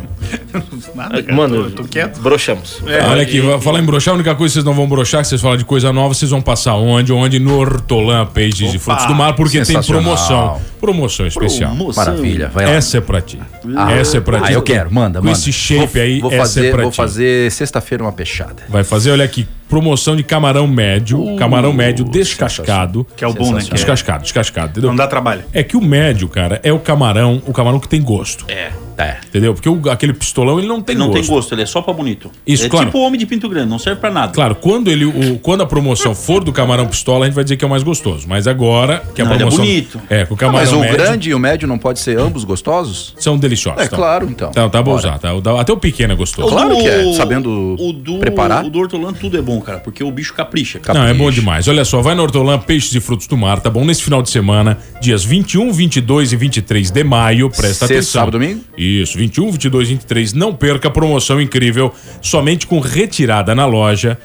[SPEAKER 6] Nada, cara.
[SPEAKER 3] Mano,
[SPEAKER 6] tô, tô quieto.
[SPEAKER 3] Broxamos.
[SPEAKER 10] É,
[SPEAKER 8] Olha aqui, vai falar em broxar, a única coisa que vocês não vão broxar, é que vocês falam de coisa nova, vocês vão passar onde? Onde? No Hortolã Peixes e Frutos do Mar, porque tem
[SPEAKER 10] sensacional.
[SPEAKER 8] promoção. Promoção especial.
[SPEAKER 10] Promoção. Maravilha, vai lá.
[SPEAKER 8] Essa é pra ti.
[SPEAKER 10] Ah,
[SPEAKER 8] essa é pra
[SPEAKER 10] ah,
[SPEAKER 8] ti.
[SPEAKER 10] eu quero, manda,
[SPEAKER 8] Com
[SPEAKER 10] manda.
[SPEAKER 8] esse shape
[SPEAKER 10] Vou-
[SPEAKER 8] aí,
[SPEAKER 10] vou
[SPEAKER 8] essa
[SPEAKER 10] fazer,
[SPEAKER 8] é pra
[SPEAKER 10] Vou
[SPEAKER 8] ti.
[SPEAKER 10] fazer sexta-feira uma peixada.
[SPEAKER 8] Vai fazer, olha aqui, promoção de camarão médio, camarão médio descascado.
[SPEAKER 6] Que é o bom, né? Que é-
[SPEAKER 8] Descascado, descascado, entendeu? Não
[SPEAKER 6] dá trabalho.
[SPEAKER 8] É que o médio, cara, é o camarão, o camarão que tem gosto.
[SPEAKER 9] É.
[SPEAKER 8] Entendeu? Porque o- aquele pistolão, ele não tem
[SPEAKER 9] Ele não
[SPEAKER 8] gosto.
[SPEAKER 9] tem gosto, ele é só pra bonito.
[SPEAKER 8] Isso,
[SPEAKER 9] é
[SPEAKER 8] claro.
[SPEAKER 9] tipo o homem de pinto grande, não serve pra nada.
[SPEAKER 8] Claro, quando, ele, o- quando a promoção for do camarão pistola, a gente vai dizer que é o mais gostoso. Mas agora, que a
[SPEAKER 10] Não, ele é
[SPEAKER 8] promoção...
[SPEAKER 10] bonito.
[SPEAKER 8] É, com o
[SPEAKER 10] Ah,
[SPEAKER 8] camarão
[SPEAKER 10] mas o
[SPEAKER 8] médio...
[SPEAKER 10] grande e o médio não pode ser ambos gostosos?
[SPEAKER 8] São deliciosos.
[SPEAKER 10] É claro, então.
[SPEAKER 8] Tá, tá bom
[SPEAKER 10] Bora.
[SPEAKER 8] usar. Tá, O da- até o pequeno é gostoso.
[SPEAKER 10] Claro que é, sabendo
[SPEAKER 9] O do,
[SPEAKER 8] preparar.
[SPEAKER 9] O do hortolã tudo é bom, cara, porque o bicho capricha. cara.
[SPEAKER 8] Não, é bom demais. Olha só, vai no Hortolã Peixes e Frutos do Mar, tá bom? Nesse final de semana, dias 21, 22 e 23 de maio, presta
[SPEAKER 10] Sexta,
[SPEAKER 8] atenção.
[SPEAKER 10] sábado, domingo?
[SPEAKER 8] Isso, 21, 22 e 23. Não perca a promoção incrível, somente com retirada na loja,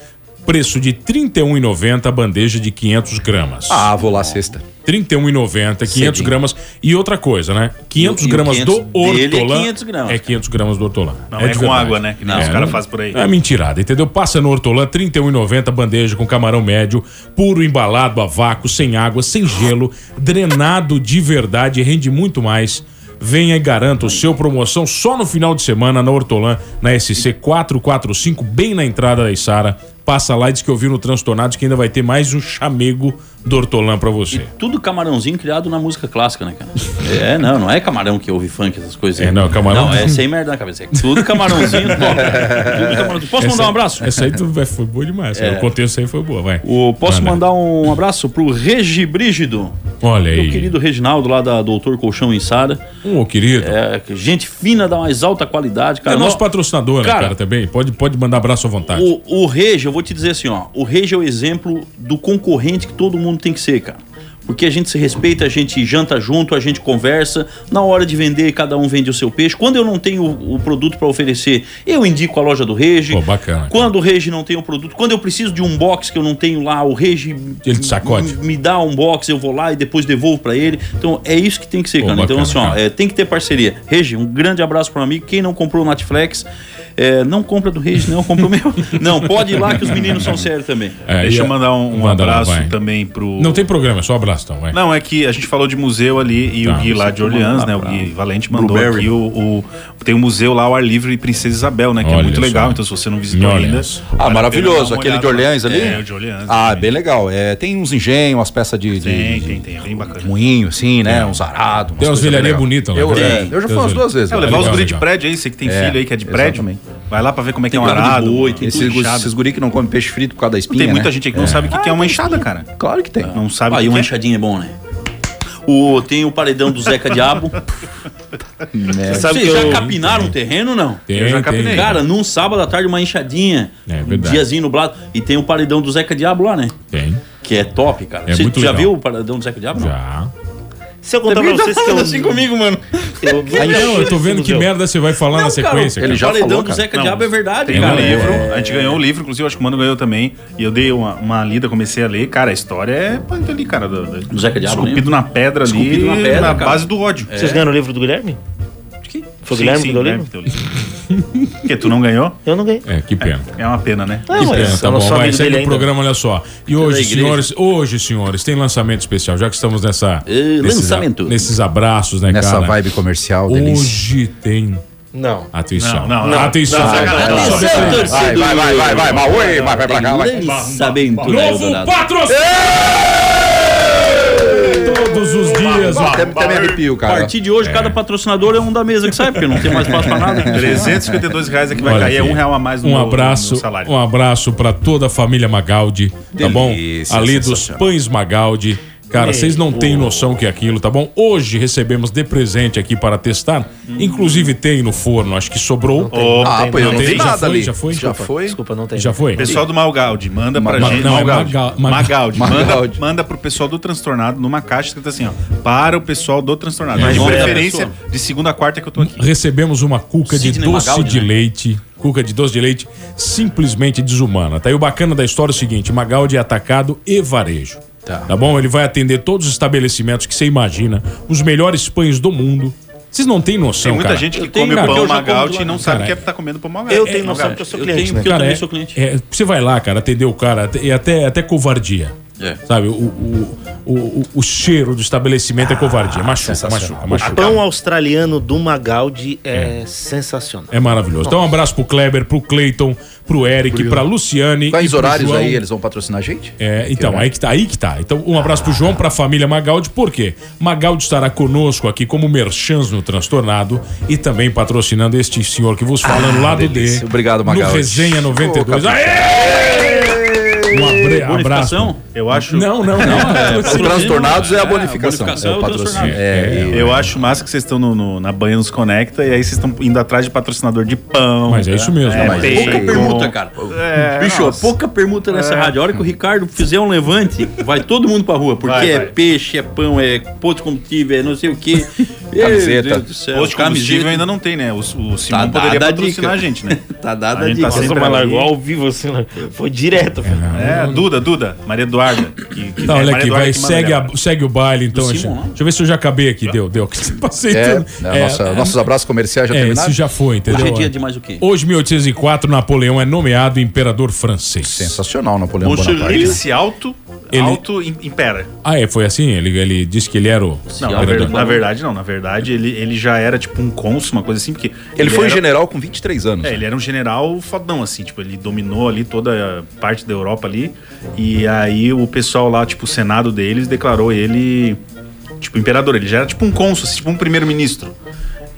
[SPEAKER 8] preço de R$ 31,90 a bandeja de 500 gramas.
[SPEAKER 10] Ah, vou lá sexta.
[SPEAKER 8] R$ 31,90, 500
[SPEAKER 10] Cedinho.
[SPEAKER 8] gramas. E outra coisa, né? 500
[SPEAKER 10] E o- e o
[SPEAKER 8] gramas
[SPEAKER 10] 500
[SPEAKER 8] do
[SPEAKER 10] dele é
[SPEAKER 8] hortolã.
[SPEAKER 10] 500 gramas.
[SPEAKER 8] É 500 gramas do hortolã.
[SPEAKER 6] Não
[SPEAKER 8] de
[SPEAKER 6] é com
[SPEAKER 8] verdade.
[SPEAKER 6] água, né? Que nem os caras fazem por aí.
[SPEAKER 8] É mentirada, entendeu? Passa no hortolã, 31,90 bandeja com camarão médio, puro embalado a vácuo, sem água, sem gelo, drenado de verdade, rende muito mais. Venha e garanta o seu promoção só no final de semana na Hortolã, na SC 445, bem na entrada da Isara. Passa lá e diz que ouviu no Transtornados que ainda vai ter mais um chamego do Hortolã pra você.
[SPEAKER 9] Tudo camarãozinho criado na música clássica, né, cara? É, não, não é camarão que ouve funk, essas coisas. É,
[SPEAKER 8] não, camarão-
[SPEAKER 9] Não, é sem merda na cabeça. É tudo camarãozinho, top, cara. Tudo camarãozinho.
[SPEAKER 8] É
[SPEAKER 9] Posso mandar um abraço?
[SPEAKER 8] Essa aí tu, vai- foi boa demais.
[SPEAKER 9] É.
[SPEAKER 8] O contexto aí foi boa, vai.
[SPEAKER 9] O, posso
[SPEAKER 8] Manda.
[SPEAKER 9] mandar um abraço pro Regi Brígido.
[SPEAKER 8] Olha
[SPEAKER 9] Meu
[SPEAKER 8] aí. Um,
[SPEAKER 9] querido Reginaldo, lá da Doutor Colchão em Sara.
[SPEAKER 8] Ô, querido.
[SPEAKER 9] É, gente fina da mais alta qualidade, cara.
[SPEAKER 8] é nosso
[SPEAKER 9] Nó-
[SPEAKER 8] patrocinador, né,
[SPEAKER 9] Cara,
[SPEAKER 8] cara, também. Pode, pode mandar abraço à vontade.
[SPEAKER 9] O, o Regi, eu vou te dizer assim, ó. O Regi é o exemplo do concorrente que todo mundo tem que ser, cara. Porque a gente se respeita, a gente janta junto, a gente conversa. Na hora de vender, cada um vende o seu peixe. Quando eu não tenho o, o produto pra oferecer, eu indico a loja do Regi.
[SPEAKER 8] Pô, bacana.
[SPEAKER 9] Quando o Regi não tem o produto, quando eu preciso de um box que eu não tenho lá, o Regi
[SPEAKER 8] Ele te sacode.
[SPEAKER 9] me dá um box, eu vou lá e depois devolvo pra ele. Então é isso que tem que ser,
[SPEAKER 8] Pô,
[SPEAKER 9] cara. então
[SPEAKER 8] bacana,
[SPEAKER 9] assim, ó, é, tem que ter parceria. Regi, um grande abraço para amigo. Quem não comprou o Natflex, é, não compra do Regi, não compra o meu.
[SPEAKER 6] [LAUGHS]
[SPEAKER 9] Não, pode ir lá que os meninos são sérios também.
[SPEAKER 8] É,
[SPEAKER 6] Deixa
[SPEAKER 8] e-
[SPEAKER 6] eu mandar um, um
[SPEAKER 8] manda lá,
[SPEAKER 6] abraço
[SPEAKER 8] vai.
[SPEAKER 6] também pro.
[SPEAKER 8] Não tem programa, é só abraço, então, vai.
[SPEAKER 6] Não, é que a gente falou de museu ali e
[SPEAKER 8] Tá,
[SPEAKER 6] o Gui lá
[SPEAKER 8] você
[SPEAKER 6] de
[SPEAKER 8] tá
[SPEAKER 6] Orleans,
[SPEAKER 8] mandando
[SPEAKER 6] né? O
[SPEAKER 8] pra-
[SPEAKER 6] Gui Valente mandou
[SPEAKER 8] Blueberry.
[SPEAKER 6] aqui o, o- Tem um museu lá ao ar livre Princesa Isabel, né? Que é
[SPEAKER 8] Olha
[SPEAKER 6] muito
[SPEAKER 8] só.
[SPEAKER 6] legal. Então, se você não visitou
[SPEAKER 8] Em
[SPEAKER 6] ainda.
[SPEAKER 8] Orleans.
[SPEAKER 6] vale
[SPEAKER 10] Ah,
[SPEAKER 6] a pena dar
[SPEAKER 10] maravilhoso.
[SPEAKER 6] uma
[SPEAKER 10] Aquele
[SPEAKER 6] olhada
[SPEAKER 10] de
[SPEAKER 6] lá.
[SPEAKER 10] Orleans ali?
[SPEAKER 6] É, o de Orleans.
[SPEAKER 10] Ah, bem legal. É, tem uns engenhos, umas peças de. Tem,
[SPEAKER 6] tem, tem. É bem bacana.
[SPEAKER 10] Moinho, assim, né? Uns arados.
[SPEAKER 8] É. Tem umas velharias bonitas lá.
[SPEAKER 10] Eu,
[SPEAKER 8] Tem.
[SPEAKER 10] é, eu já fui
[SPEAKER 8] Tem
[SPEAKER 10] umas duas vezes.
[SPEAKER 6] É,
[SPEAKER 10] lá.
[SPEAKER 6] levar os
[SPEAKER 10] Legal,
[SPEAKER 6] guri de
[SPEAKER 10] legal.
[SPEAKER 6] prédio aí, você que tem
[SPEAKER 10] É,
[SPEAKER 6] filho aí que é de prédio.
[SPEAKER 10] exatamente.
[SPEAKER 6] Vai lá pra ver como é que é um
[SPEAKER 10] Tem barba de
[SPEAKER 6] arado.
[SPEAKER 10] boi, tem
[SPEAKER 6] Esses
[SPEAKER 10] tudo
[SPEAKER 6] guri-
[SPEAKER 10] inchado.
[SPEAKER 6] esses
[SPEAKER 10] guri que não comem peixe frito por causa da espinha.
[SPEAKER 6] Tem muita
[SPEAKER 10] né?
[SPEAKER 6] gente aí que não
[SPEAKER 10] É.
[SPEAKER 6] sabe o que que é uma enxada, cara.
[SPEAKER 10] Claro que tem. Ah, um
[SPEAKER 6] Não sabe
[SPEAKER 9] Aí
[SPEAKER 6] o
[SPEAKER 9] uma
[SPEAKER 6] que que é.
[SPEAKER 9] enxadinha é bom, né? O, tem o paredão do Zeca Diabo.
[SPEAKER 10] Merda.
[SPEAKER 6] [LAUGHS] sabe
[SPEAKER 9] Vocês
[SPEAKER 6] que
[SPEAKER 9] já
[SPEAKER 6] eu-
[SPEAKER 9] capinaram o terreno, não?
[SPEAKER 8] Tem, Eu já capinei. tem.
[SPEAKER 9] Cara, num sábado à tarde, uma enxadinha.
[SPEAKER 8] É
[SPEAKER 9] Um
[SPEAKER 8] verdade.
[SPEAKER 9] diazinho nublado. E tem o paredão do Zeca Diabo lá, né?
[SPEAKER 8] Tem.
[SPEAKER 9] Que é top, cara.
[SPEAKER 8] É
[SPEAKER 9] Você
[SPEAKER 8] muito
[SPEAKER 9] já
[SPEAKER 8] legal.
[SPEAKER 9] viu o paradão do Zeca Diabo? não?
[SPEAKER 8] Já.
[SPEAKER 3] Se eu contar
[SPEAKER 9] Também
[SPEAKER 3] pra
[SPEAKER 9] tá
[SPEAKER 3] vocês que eu...
[SPEAKER 9] falando assim comigo, mano.
[SPEAKER 8] Aí não, eu tô vendo que
[SPEAKER 3] Museu.
[SPEAKER 8] merda você vai falar na sequência.
[SPEAKER 9] ele
[SPEAKER 8] cara.
[SPEAKER 9] já O paredão falou, do cara. Zeca Diabo é verdade,
[SPEAKER 6] Tem
[SPEAKER 9] cara.
[SPEAKER 6] um livro,
[SPEAKER 9] É.
[SPEAKER 6] a gente ganhou o livro, inclusive acho que o Mano ganhou também. E eu dei uma, uma lida, comecei a ler. Cara, a história é punk ali, cara. Do, do,
[SPEAKER 9] Do Zeca Diabo,
[SPEAKER 6] Esculpido na pedra ali,
[SPEAKER 9] Esculpido
[SPEAKER 6] na,
[SPEAKER 9] na pedra, cara.
[SPEAKER 6] base do ódio.
[SPEAKER 3] Vocês
[SPEAKER 9] É.
[SPEAKER 3] ganharam o livro do Guilherme? Foi o Guilherme que deu o
[SPEAKER 9] né?
[SPEAKER 3] livro?
[SPEAKER 10] [LAUGHS]
[SPEAKER 6] Porque tu não ganhou?
[SPEAKER 3] Eu não ganhei.
[SPEAKER 8] É, que pena.
[SPEAKER 6] É uma pena, né?
[SPEAKER 3] Ah,
[SPEAKER 8] Que
[SPEAKER 3] mas
[SPEAKER 8] pena,
[SPEAKER 3] eu
[SPEAKER 8] tá
[SPEAKER 3] não
[SPEAKER 8] bom,
[SPEAKER 3] sou
[SPEAKER 8] vai,
[SPEAKER 3] amigo
[SPEAKER 8] segue
[SPEAKER 3] dele
[SPEAKER 8] o
[SPEAKER 3] ainda.
[SPEAKER 8] progrores olha só. E
[SPEAKER 3] da
[SPEAKER 8] hoje,
[SPEAKER 3] igreja.
[SPEAKER 8] senhores, hoje, senhores, tem lançamento especial, já que estamos nessa.
[SPEAKER 9] Eh,
[SPEAKER 8] nesses a-
[SPEAKER 9] lançamento.
[SPEAKER 8] Nesses abraços, né,
[SPEAKER 10] Nessa
[SPEAKER 8] cara?
[SPEAKER 10] vibe comercial, delícia.
[SPEAKER 8] Hoje tem.
[SPEAKER 3] Não.
[SPEAKER 8] Atenção.
[SPEAKER 10] Não, não, não.
[SPEAKER 8] Atenção.
[SPEAKER 10] Não, sacanagem.
[SPEAKER 8] Atenção,
[SPEAKER 10] Atenção,
[SPEAKER 8] atenção.
[SPEAKER 10] torcedor. Vai, vai, vai, vai, vai, Mauê,
[SPEAKER 9] né?
[SPEAKER 10] vai, vai pra cá, vai.
[SPEAKER 9] Lançamento,
[SPEAKER 8] Novo
[SPEAKER 9] Eldorado.
[SPEAKER 8] patrocínio! Todos os dias, ó.
[SPEAKER 11] Até- até me arrepio,
[SPEAKER 8] cara.
[SPEAKER 11] A partir de hoje, cada patrocinador é um da mesa que sai, porque não tem mais espaço pra nada.
[SPEAKER 9] 352 reais é que vai
[SPEAKER 8] Olha
[SPEAKER 9] cair, é
[SPEAKER 8] aqui.
[SPEAKER 9] um real a mais no
[SPEAKER 8] um
[SPEAKER 9] meu-
[SPEAKER 8] abraço,
[SPEAKER 9] no salário.
[SPEAKER 8] Um abraço pra toda a família Magaldi, tá bom?
[SPEAKER 9] Delícia,
[SPEAKER 8] Ali dos pães Magaldi. Cara,
[SPEAKER 9] Ei,
[SPEAKER 8] vocês não têm noção que é aquilo, tá bom? Hoje recebemos de presente aqui para testar. Inclusive tem no forno, acho que sobrou.
[SPEAKER 9] Ah, pô, eu não vi
[SPEAKER 8] já
[SPEAKER 9] nada
[SPEAKER 8] foi,
[SPEAKER 9] ali.
[SPEAKER 8] Já foi?
[SPEAKER 9] Já foi?
[SPEAKER 3] Desculpa, não tem.
[SPEAKER 8] Já
[SPEAKER 9] [LAUGHS]
[SPEAKER 8] foi?
[SPEAKER 9] Pessoal do Malgaudi, manda pra
[SPEAKER 8] Ma-
[SPEAKER 9] gente.
[SPEAKER 8] não, é
[SPEAKER 9] Malgaudi.
[SPEAKER 8] Magal- Mag-
[SPEAKER 9] Magaldi. Manda,
[SPEAKER 8] Magaldi.
[SPEAKER 9] manda pro pessoal do transtornado numa caixa escrito assim, ó. Para o pessoal do transtornado.
[SPEAKER 8] Mas
[SPEAKER 9] de
[SPEAKER 8] é,
[SPEAKER 9] preferência
[SPEAKER 8] pessoal.
[SPEAKER 9] de segunda a quarta que eu tô aqui.
[SPEAKER 8] Recebemos uma cuca de
[SPEAKER 9] Sidney
[SPEAKER 8] doce
[SPEAKER 9] Magaldi,
[SPEAKER 8] de
[SPEAKER 9] né?
[SPEAKER 8] leite. Cuca de doce de leite simplesmente desumana. Tá? E o bacana da história é o seguinte: Magaldi é atacado e varejo. Tá. bom? Ele vai atender todos os estabelecimentos que você imagina, os melhores pães do mundo. Vocês não têm
[SPEAKER 9] Tem
[SPEAKER 8] noção,
[SPEAKER 9] muita
[SPEAKER 8] cara.
[SPEAKER 9] gente um que
[SPEAKER 8] Eu tenho,
[SPEAKER 9] come
[SPEAKER 8] cara.
[SPEAKER 9] pão
[SPEAKER 8] Eu já como
[SPEAKER 9] Magaldi
[SPEAKER 8] lá.
[SPEAKER 9] e não sabe o que é
[SPEAKER 8] Cara,
[SPEAKER 9] tá comendo pão Magaldi.
[SPEAKER 3] Eu tenho noção porque eu sou cliente, né?
[SPEAKER 8] Cara, é- é, você vai lá, cara, atender o cara e até, até covardia.
[SPEAKER 9] É.
[SPEAKER 8] Sabe, o, o, o, o, o cheiro do estabelecimento é covardia. Machuca, machuca,
[SPEAKER 9] Ah,
[SPEAKER 8] machuca.
[SPEAKER 3] O pão australiano do Magaldi é, sensacional.
[SPEAKER 8] É maravilhoso. Então, um abraço pro Kleber, pro Cleiton, pro Eric, pra Luciane.
[SPEAKER 10] Quais
[SPEAKER 8] e pro
[SPEAKER 10] horários
[SPEAKER 8] João.
[SPEAKER 10] aí? Eles vão patrocinar a gente?
[SPEAKER 8] É, então,
[SPEAKER 10] Que
[SPEAKER 8] aí que tá, aí que tá. Então, um abraço pro João, pra família Magaldi, por quê? Magaldi estará conosco aqui como merchans no Transtornado e também patrocinando este senhor que vos fala no lado
[SPEAKER 10] Ah, delícia.
[SPEAKER 8] D.
[SPEAKER 10] Obrigado, Magaldi.
[SPEAKER 8] No Resenha 92.
[SPEAKER 10] Ô,
[SPEAKER 8] Aê! Um abre- abraço.
[SPEAKER 9] Eu acho.
[SPEAKER 8] Não, não, não.
[SPEAKER 9] É,
[SPEAKER 8] Os transtornados é a
[SPEAKER 9] bonificação.
[SPEAKER 8] bonificação, é o patrocínio.
[SPEAKER 9] É, eu acho massa que vocês estão no- no- na banha nos Conecta e aí vocês estão indo atrás de patrocinador de pão.
[SPEAKER 8] Mas é isso mesmo,
[SPEAKER 9] É,
[SPEAKER 8] mas
[SPEAKER 9] bacon.
[SPEAKER 11] Pouca permuta, cara.
[SPEAKER 9] É,
[SPEAKER 11] Bicho,
[SPEAKER 9] nossa.
[SPEAKER 11] pouca permuta nessa
[SPEAKER 9] É.
[SPEAKER 11] rádio. A hora que o Ricardo fizer um levante, vai todo mundo pra rua. Porque
[SPEAKER 9] Vai,
[SPEAKER 11] é
[SPEAKER 9] vai.
[SPEAKER 11] peixe, é pão, é ponto de combustível, é não sei o quê.
[SPEAKER 9] [LAUGHS] Camiseta. Posto de
[SPEAKER 11] Hoje
[SPEAKER 9] combustível ainda não tem, né? O, o Simão
[SPEAKER 11] Tá
[SPEAKER 9] poderia
[SPEAKER 11] dada a
[SPEAKER 9] patrocinar a
[SPEAKER 11] dica.
[SPEAKER 9] gente, né?
[SPEAKER 11] [LAUGHS] Tá dada
[SPEAKER 9] a
[SPEAKER 11] a
[SPEAKER 9] gente
[SPEAKER 11] dica.
[SPEAKER 9] tá sempre
[SPEAKER 3] Mas
[SPEAKER 9] ali.
[SPEAKER 3] largou ao vivo assim, né? foi direto. filho.
[SPEAKER 9] É, Duda, Duda, Maria Eduarda. Que, que-
[SPEAKER 8] Tá,
[SPEAKER 9] é,
[SPEAKER 8] olha
[SPEAKER 9] Maria
[SPEAKER 8] aqui,
[SPEAKER 9] Eduarda
[SPEAKER 8] vai,
[SPEAKER 9] que manda
[SPEAKER 8] segue,
[SPEAKER 9] ela.
[SPEAKER 8] a- segue o baile, então.
[SPEAKER 9] Do
[SPEAKER 8] Deixa,
[SPEAKER 9] Simon, né?
[SPEAKER 8] deixa eu ver se eu já acabei aqui, deu, deu. [LAUGHS] Que você passei
[SPEAKER 10] É,
[SPEAKER 8] tudo.
[SPEAKER 10] né, nossa- nossos abraços comerciais já
[SPEAKER 8] é,
[SPEAKER 10] terminaram?
[SPEAKER 8] Isso já foi, entendeu?
[SPEAKER 10] Hoje é dia
[SPEAKER 11] de mais o quê?
[SPEAKER 8] Hoje, 1804, Napoleão é nomeado imperador francês.
[SPEAKER 10] Sensacional, Napoleão né?
[SPEAKER 9] Poxa, ele se auto,
[SPEAKER 8] Ele-
[SPEAKER 9] auto im- impera.
[SPEAKER 8] Ah, é, foi assim? Ele, ele disse que ele era o.
[SPEAKER 9] Não, na, ver- na verdade, não. Na verdade, ele, ele já era tipo um cônsul, uma coisa assim, porque.
[SPEAKER 10] Ele foi um general com 23 anos. né?
[SPEAKER 9] É, ele era um general fodão, assim, tipo, ele dominou ali toda a parte da Europa ali. E aí o pessoal lá, tipo, o Senado deles declarou ele, tipo, imperador. Ele já era tipo um cônsul, assim, tipo um primeiro-ministro.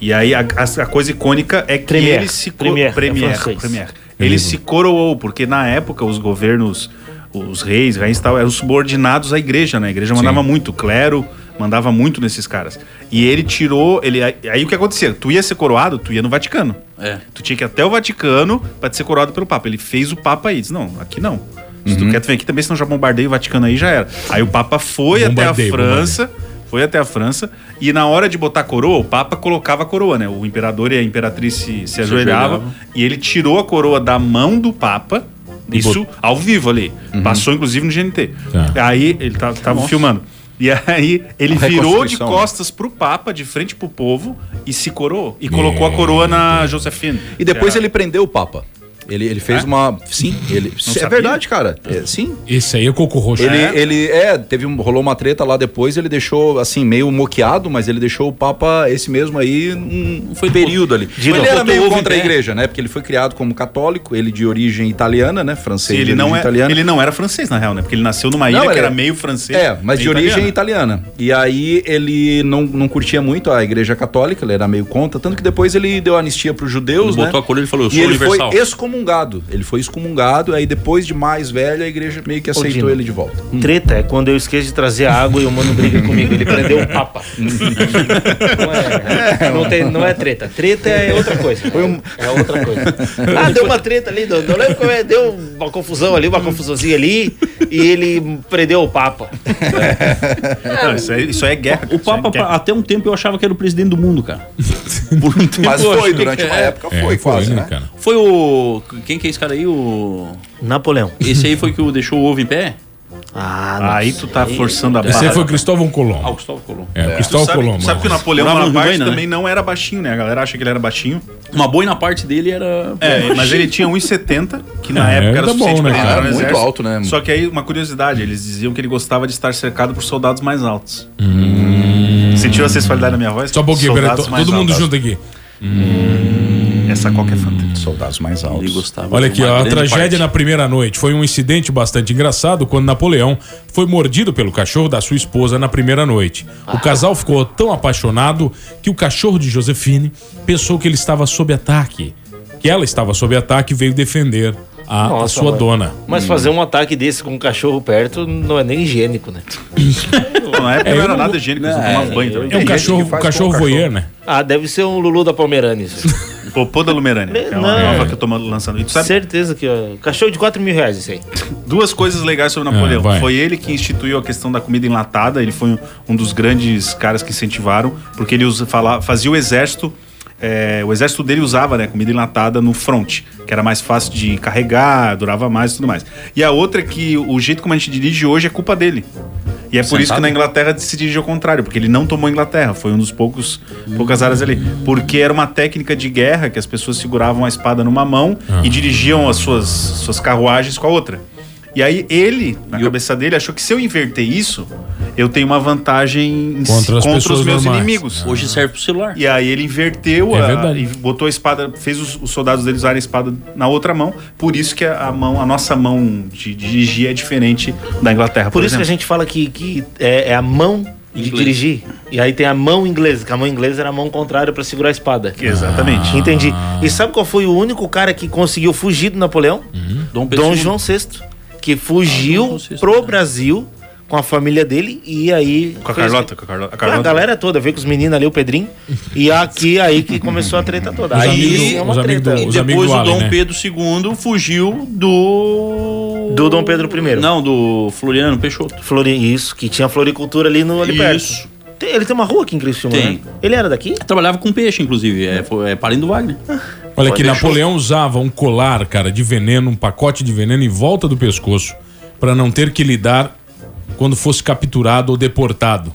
[SPEAKER 9] E aí a, a- a coisa icônica é que
[SPEAKER 3] Premier.
[SPEAKER 9] ele se co-
[SPEAKER 3] Premier, é
[SPEAKER 9] Premier,
[SPEAKER 3] francês.
[SPEAKER 9] Premier. Ele se coroou, porque na época os governos, os reis, rainhas e tal, eram subordinados à igreja, né? A igreja mandava muito, o clero mandava muito nesses caras. E ele tirou. Ele, aí, aí o que acontecia? Tu ia ser coroado, tu ia no Vaticano.
[SPEAKER 11] É.
[SPEAKER 9] Tu tinha que ir até o Vaticano pra te ser coroado pelo Papa. Ele fez o Papa aí, disse: não, aqui não. Se
[SPEAKER 10] Uhum.
[SPEAKER 9] tu quer, tu vem aqui também, senão já bombardeio o Vaticano aí já era. Aí o Papa foi até a
[SPEAKER 8] Bombardeio,
[SPEAKER 9] França, foi até a França, e na hora de botar a coroa, o Papa colocava a coroa, né? O imperador e a imperatriz se, se ajoelhavam,
[SPEAKER 11] ajoelhavam.
[SPEAKER 9] e ele tirou a coroa da mão do Papa.
[SPEAKER 11] E
[SPEAKER 9] Isso ao vivo ali.
[SPEAKER 10] Uhum.
[SPEAKER 9] Passou inclusive no GNT. Aí ele tá- tava
[SPEAKER 11] Nossa.
[SPEAKER 9] filmando. E aí ele
[SPEAKER 11] A
[SPEAKER 9] virou de
[SPEAKER 11] reconstrução, né?
[SPEAKER 9] costas pro Papa, de frente pro povo, e se coroou. E colocou a coroa na Josefina.
[SPEAKER 10] É. E depois
[SPEAKER 9] Que era- É?
[SPEAKER 10] ele prendeu o Papa. Ele, ele fez uma. Sim, ele. é
[SPEAKER 9] sabia?
[SPEAKER 10] verdade, cara. É, sim.
[SPEAKER 8] Esse aí é coco roxo.
[SPEAKER 10] Ele,
[SPEAKER 8] É.
[SPEAKER 10] ele é, teve um- rolou uma treta lá depois, ele deixou assim meio moqueado, mas ele deixou o papa esse mesmo aí um
[SPEAKER 11] Foi
[SPEAKER 10] período ali.
[SPEAKER 11] de
[SPEAKER 10] ele
[SPEAKER 11] novo.
[SPEAKER 10] era
[SPEAKER 11] Botou
[SPEAKER 10] meio
[SPEAKER 11] ovo em
[SPEAKER 10] contra a
[SPEAKER 11] pé.
[SPEAKER 10] igreja, né? Porque ele foi criado como católico, ele de origem italiana, né, francês,
[SPEAKER 9] Sim,
[SPEAKER 10] de
[SPEAKER 9] ele, não
[SPEAKER 10] origem
[SPEAKER 9] é,
[SPEAKER 10] italiana.
[SPEAKER 9] ele não era francês, na real, né? Porque ele nasceu numa ilha
[SPEAKER 10] Não,
[SPEAKER 9] que
[SPEAKER 10] ele-
[SPEAKER 9] era meio francês.
[SPEAKER 10] É, mas de
[SPEAKER 9] meio
[SPEAKER 10] origem
[SPEAKER 9] italiano.
[SPEAKER 10] italiana. E aí ele não, não curtia muito a igreja católica, ele era meio contra, tanto que depois ele deu anistia para os judeus,
[SPEAKER 11] Ele
[SPEAKER 10] né?
[SPEAKER 11] botou a coroa e ele falou, eu
[SPEAKER 10] e
[SPEAKER 11] sou
[SPEAKER 10] ele
[SPEAKER 11] universal.
[SPEAKER 10] foi excomungado. Ele foi excomungado, aí depois de mais velho, a igreja meio que aceitou
[SPEAKER 3] Dino,
[SPEAKER 10] ele de volta.
[SPEAKER 3] Treta é quando eu esqueço de trazer a água e o mano briga comigo. Ele prendeu o papa. [LAUGHS] não, é, não, tem- não é treta. Treta é outra coisa. É outra coisa. Ah, deu uma treta ali. Não, não lembro como é. Deu uma confusão ali, uma confusãozinha ali. E ele prendeu o papa.
[SPEAKER 9] Não, isso, é, isso é guerra.
[SPEAKER 11] O Papa, pa- até um tempo, eu achava que era o presidente do mundo,
[SPEAKER 10] [LAUGHS]
[SPEAKER 11] cara. Por um tempo,
[SPEAKER 10] Mas
[SPEAKER 11] eu
[SPEAKER 10] foi,
[SPEAKER 11] achei
[SPEAKER 10] durante
[SPEAKER 11] que-
[SPEAKER 10] uma
[SPEAKER 11] é.
[SPEAKER 10] época, foi, quase, né?
[SPEAKER 8] cara?
[SPEAKER 11] Foi o... Quem que é esse cara aí? O...
[SPEAKER 3] Napoleão.
[SPEAKER 11] Esse aí foi que o deixou o ovo em pé?
[SPEAKER 3] Ah,
[SPEAKER 9] não Aí tu tá sei. forçando a barra.
[SPEAKER 8] Esse aí foi o Cristóvão
[SPEAKER 11] Ah, o
[SPEAKER 8] Colombo.
[SPEAKER 11] Cristóvão Colombo.
[SPEAKER 8] É, o
[SPEAKER 11] É.
[SPEAKER 8] Cristóvão
[SPEAKER 9] Tu sabe,
[SPEAKER 8] Colombo.
[SPEAKER 9] sabe que o Napoleão
[SPEAKER 10] um
[SPEAKER 11] Morava no
[SPEAKER 9] Bonaparte
[SPEAKER 11] Rio Grande, né?
[SPEAKER 9] também não era baixinho, né? A galera acha que ele era baixinho.
[SPEAKER 11] Uma boina na parte dele era...
[SPEAKER 9] É, mas ele tinha 1,70, que na
[SPEAKER 8] É,
[SPEAKER 9] época era
[SPEAKER 8] tá
[SPEAKER 9] suficiente
[SPEAKER 8] bom, né,
[SPEAKER 9] pra ele
[SPEAKER 8] cara?
[SPEAKER 9] entrar no
[SPEAKER 10] Muito
[SPEAKER 9] exército.
[SPEAKER 10] alto, né?
[SPEAKER 9] Só que aí, uma curiosidade, eles diziam que ele gostava de estar cercado por soldados mais altos. Sentiu a sexualidade na minha voz?
[SPEAKER 8] Hum. Só um pouquinho, pera,
[SPEAKER 9] Soldados
[SPEAKER 8] to-
[SPEAKER 9] mais
[SPEAKER 8] todo mundo
[SPEAKER 9] altos.
[SPEAKER 8] junto aqui.
[SPEAKER 9] É
[SPEAKER 10] começar qualquer fantasia de soldados mais altos. Ele gostava
[SPEAKER 8] Olha aqui, ó, a tragédia na primeira noite foi um incidente bastante engraçado quando Napoleão foi mordido pelo cachorro da sua esposa na primeira noite. O casal ficou tão apaixonado que o cachorro de Josefine pensou que ele estava sob ataque. Que ela estava sob ataque e veio defender a, a
[SPEAKER 3] Nossa,
[SPEAKER 8] sua
[SPEAKER 3] mas-
[SPEAKER 8] dona. É
[SPEAKER 3] Mas fazer um ataque desse com um cachorro perto não é nem higiênico, né?
[SPEAKER 9] Na época
[SPEAKER 3] É,
[SPEAKER 9] não
[SPEAKER 8] um-
[SPEAKER 9] era
[SPEAKER 3] eu-
[SPEAKER 9] nada higiênico, eles não
[SPEAKER 3] É,
[SPEAKER 9] tomavam banho também.
[SPEAKER 3] é um Tem gente cachorro- que faz com cachorro o cachorro. voyeur,
[SPEAKER 8] né?
[SPEAKER 3] Ah, deve ser um Lulu da Pomerânia. isso.
[SPEAKER 9] Popô da Lumerânia. É uma
[SPEAKER 3] Não.
[SPEAKER 9] nova que eu tô lançando. E tu sabe
[SPEAKER 3] Certeza que ó, cachorro de 4 mil reais isso aí.
[SPEAKER 9] Duas coisas legais sobre
[SPEAKER 3] Ah,
[SPEAKER 9] Napoleão.
[SPEAKER 3] vai.
[SPEAKER 9] foi ele que instituiu a questão da comida enlatada, ele foi um, um dos grandes caras que incentivaram, porque ele usa, fala- fazia o exército. é, o exército dele usava né, comida enlatada no front, que era mais fácil de carregar, durava mais e tudo mais. E a outra é que o jeito como a gente dirige hoje é culpa dele. E é por isso que
[SPEAKER 11] Sentado?
[SPEAKER 9] na Inglaterra se dirige ao contrário, porque ele não tomou a Inglaterra, foi um dos poucos poucas áreas ali, porque era uma técnica de guerra que as pessoas seguravam a espada numa mão e dirigiam as suas suas carruagens com a outra. E aí ele, na cabeça dele, achou que se eu inverter isso, eu tenho uma vantagem em si-
[SPEAKER 8] Contra as pessoas
[SPEAKER 9] os meus
[SPEAKER 8] normais.
[SPEAKER 9] inimigos.
[SPEAKER 11] Hoje serve pro celular.
[SPEAKER 9] E aí ele inverteu
[SPEAKER 8] É
[SPEAKER 9] a-
[SPEAKER 8] verdade.
[SPEAKER 9] e botou a espada, fez os, os soldados dele usarem a espada na outra mão. Por isso que a, a mão, a nossa mão de, de dirigir é diferente da Inglaterra.
[SPEAKER 3] Por, isso que a
[SPEAKER 9] exemplo.
[SPEAKER 3] gente fala que, que é, é a mão de dirigir. E aí tem a mão inglesa, que a mão inglesa era a mão contrária para segurar a espada.
[SPEAKER 9] Exatamente.
[SPEAKER 3] Entendi.
[SPEAKER 9] Ah.
[SPEAKER 3] E sabe qual foi o único cara que conseguiu fugir do Napoleão?
[SPEAKER 9] Uhum.
[SPEAKER 11] Dom,
[SPEAKER 3] Ah. Dom João VI, que fugiu pro Brasil com a família dele e aí...
[SPEAKER 9] Com a
[SPEAKER 3] fez-
[SPEAKER 9] Carlota, com a Carlota. a
[SPEAKER 3] a
[SPEAKER 9] Carlota-
[SPEAKER 3] galera toda, veio com os meninos ali, o Pedrinho. E é aqui, aí que começou a treta toda.
[SPEAKER 11] Os
[SPEAKER 3] aí
[SPEAKER 11] amigos-
[SPEAKER 3] sim é uma
[SPEAKER 11] os amigos
[SPEAKER 3] treta.
[SPEAKER 11] do-
[SPEAKER 3] E
[SPEAKER 11] os
[SPEAKER 3] depois
[SPEAKER 11] amigos do
[SPEAKER 3] o
[SPEAKER 11] Allen,
[SPEAKER 3] Dom
[SPEAKER 11] né?
[SPEAKER 3] Pedro.
[SPEAKER 11] Pedro II fugiu do.
[SPEAKER 3] Do Dom Pedro I.
[SPEAKER 11] Não, do Floriano Peixoto.
[SPEAKER 3] Flori... Isso, que tinha floricultura ali, no, ali
[SPEAKER 11] Isso.
[SPEAKER 3] perto. Tem- ele tem uma rua aqui em Criciúma,
[SPEAKER 11] Tem.
[SPEAKER 3] né? Ele era daqui?
[SPEAKER 11] Trabalhava com peixe, inclusive. É, foi- é parente do Wagner.
[SPEAKER 10] Ah.
[SPEAKER 8] Olha aqui, Napoleão usava um colar, cara, de veneno, um pacote de veneno em volta do pescoço para não ter que lidar quando fosse capturado ou deportado.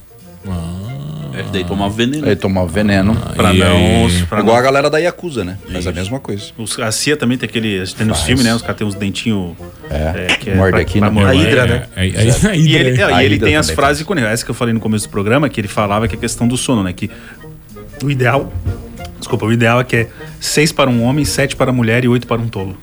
[SPEAKER 11] É, daí tomava veneno.
[SPEAKER 10] Ele tomava veneno.
[SPEAKER 9] Pra
[SPEAKER 8] E
[SPEAKER 9] não.
[SPEAKER 8] aí?
[SPEAKER 9] pra
[SPEAKER 10] Igual
[SPEAKER 9] não-
[SPEAKER 10] a galera da Yakuza, né?
[SPEAKER 11] É
[SPEAKER 10] Mas a mesma coisa.
[SPEAKER 9] Os, a CIA também tem aquele. Tem nos
[SPEAKER 10] Faz.
[SPEAKER 9] filmes, né? Os caras têm uns dentinhos. É, que
[SPEAKER 10] Morde aqui
[SPEAKER 9] pra
[SPEAKER 10] no-
[SPEAKER 9] morder.
[SPEAKER 10] A hidra, né?
[SPEAKER 8] É, é, é, é, [LAUGHS] a
[SPEAKER 9] E
[SPEAKER 8] hidra,
[SPEAKER 9] ele,
[SPEAKER 8] é.
[SPEAKER 9] é,
[SPEAKER 8] A
[SPEAKER 9] e ele
[SPEAKER 8] hidra
[SPEAKER 9] tem as
[SPEAKER 8] também.
[SPEAKER 9] frases icônicas. Essa que eu falei no começo do programa, que ele falava que é a questão do sono, né? Que o ideal. Desculpa, o ideal é que é seis para um homem, sete para a mulher e oito para um tolo.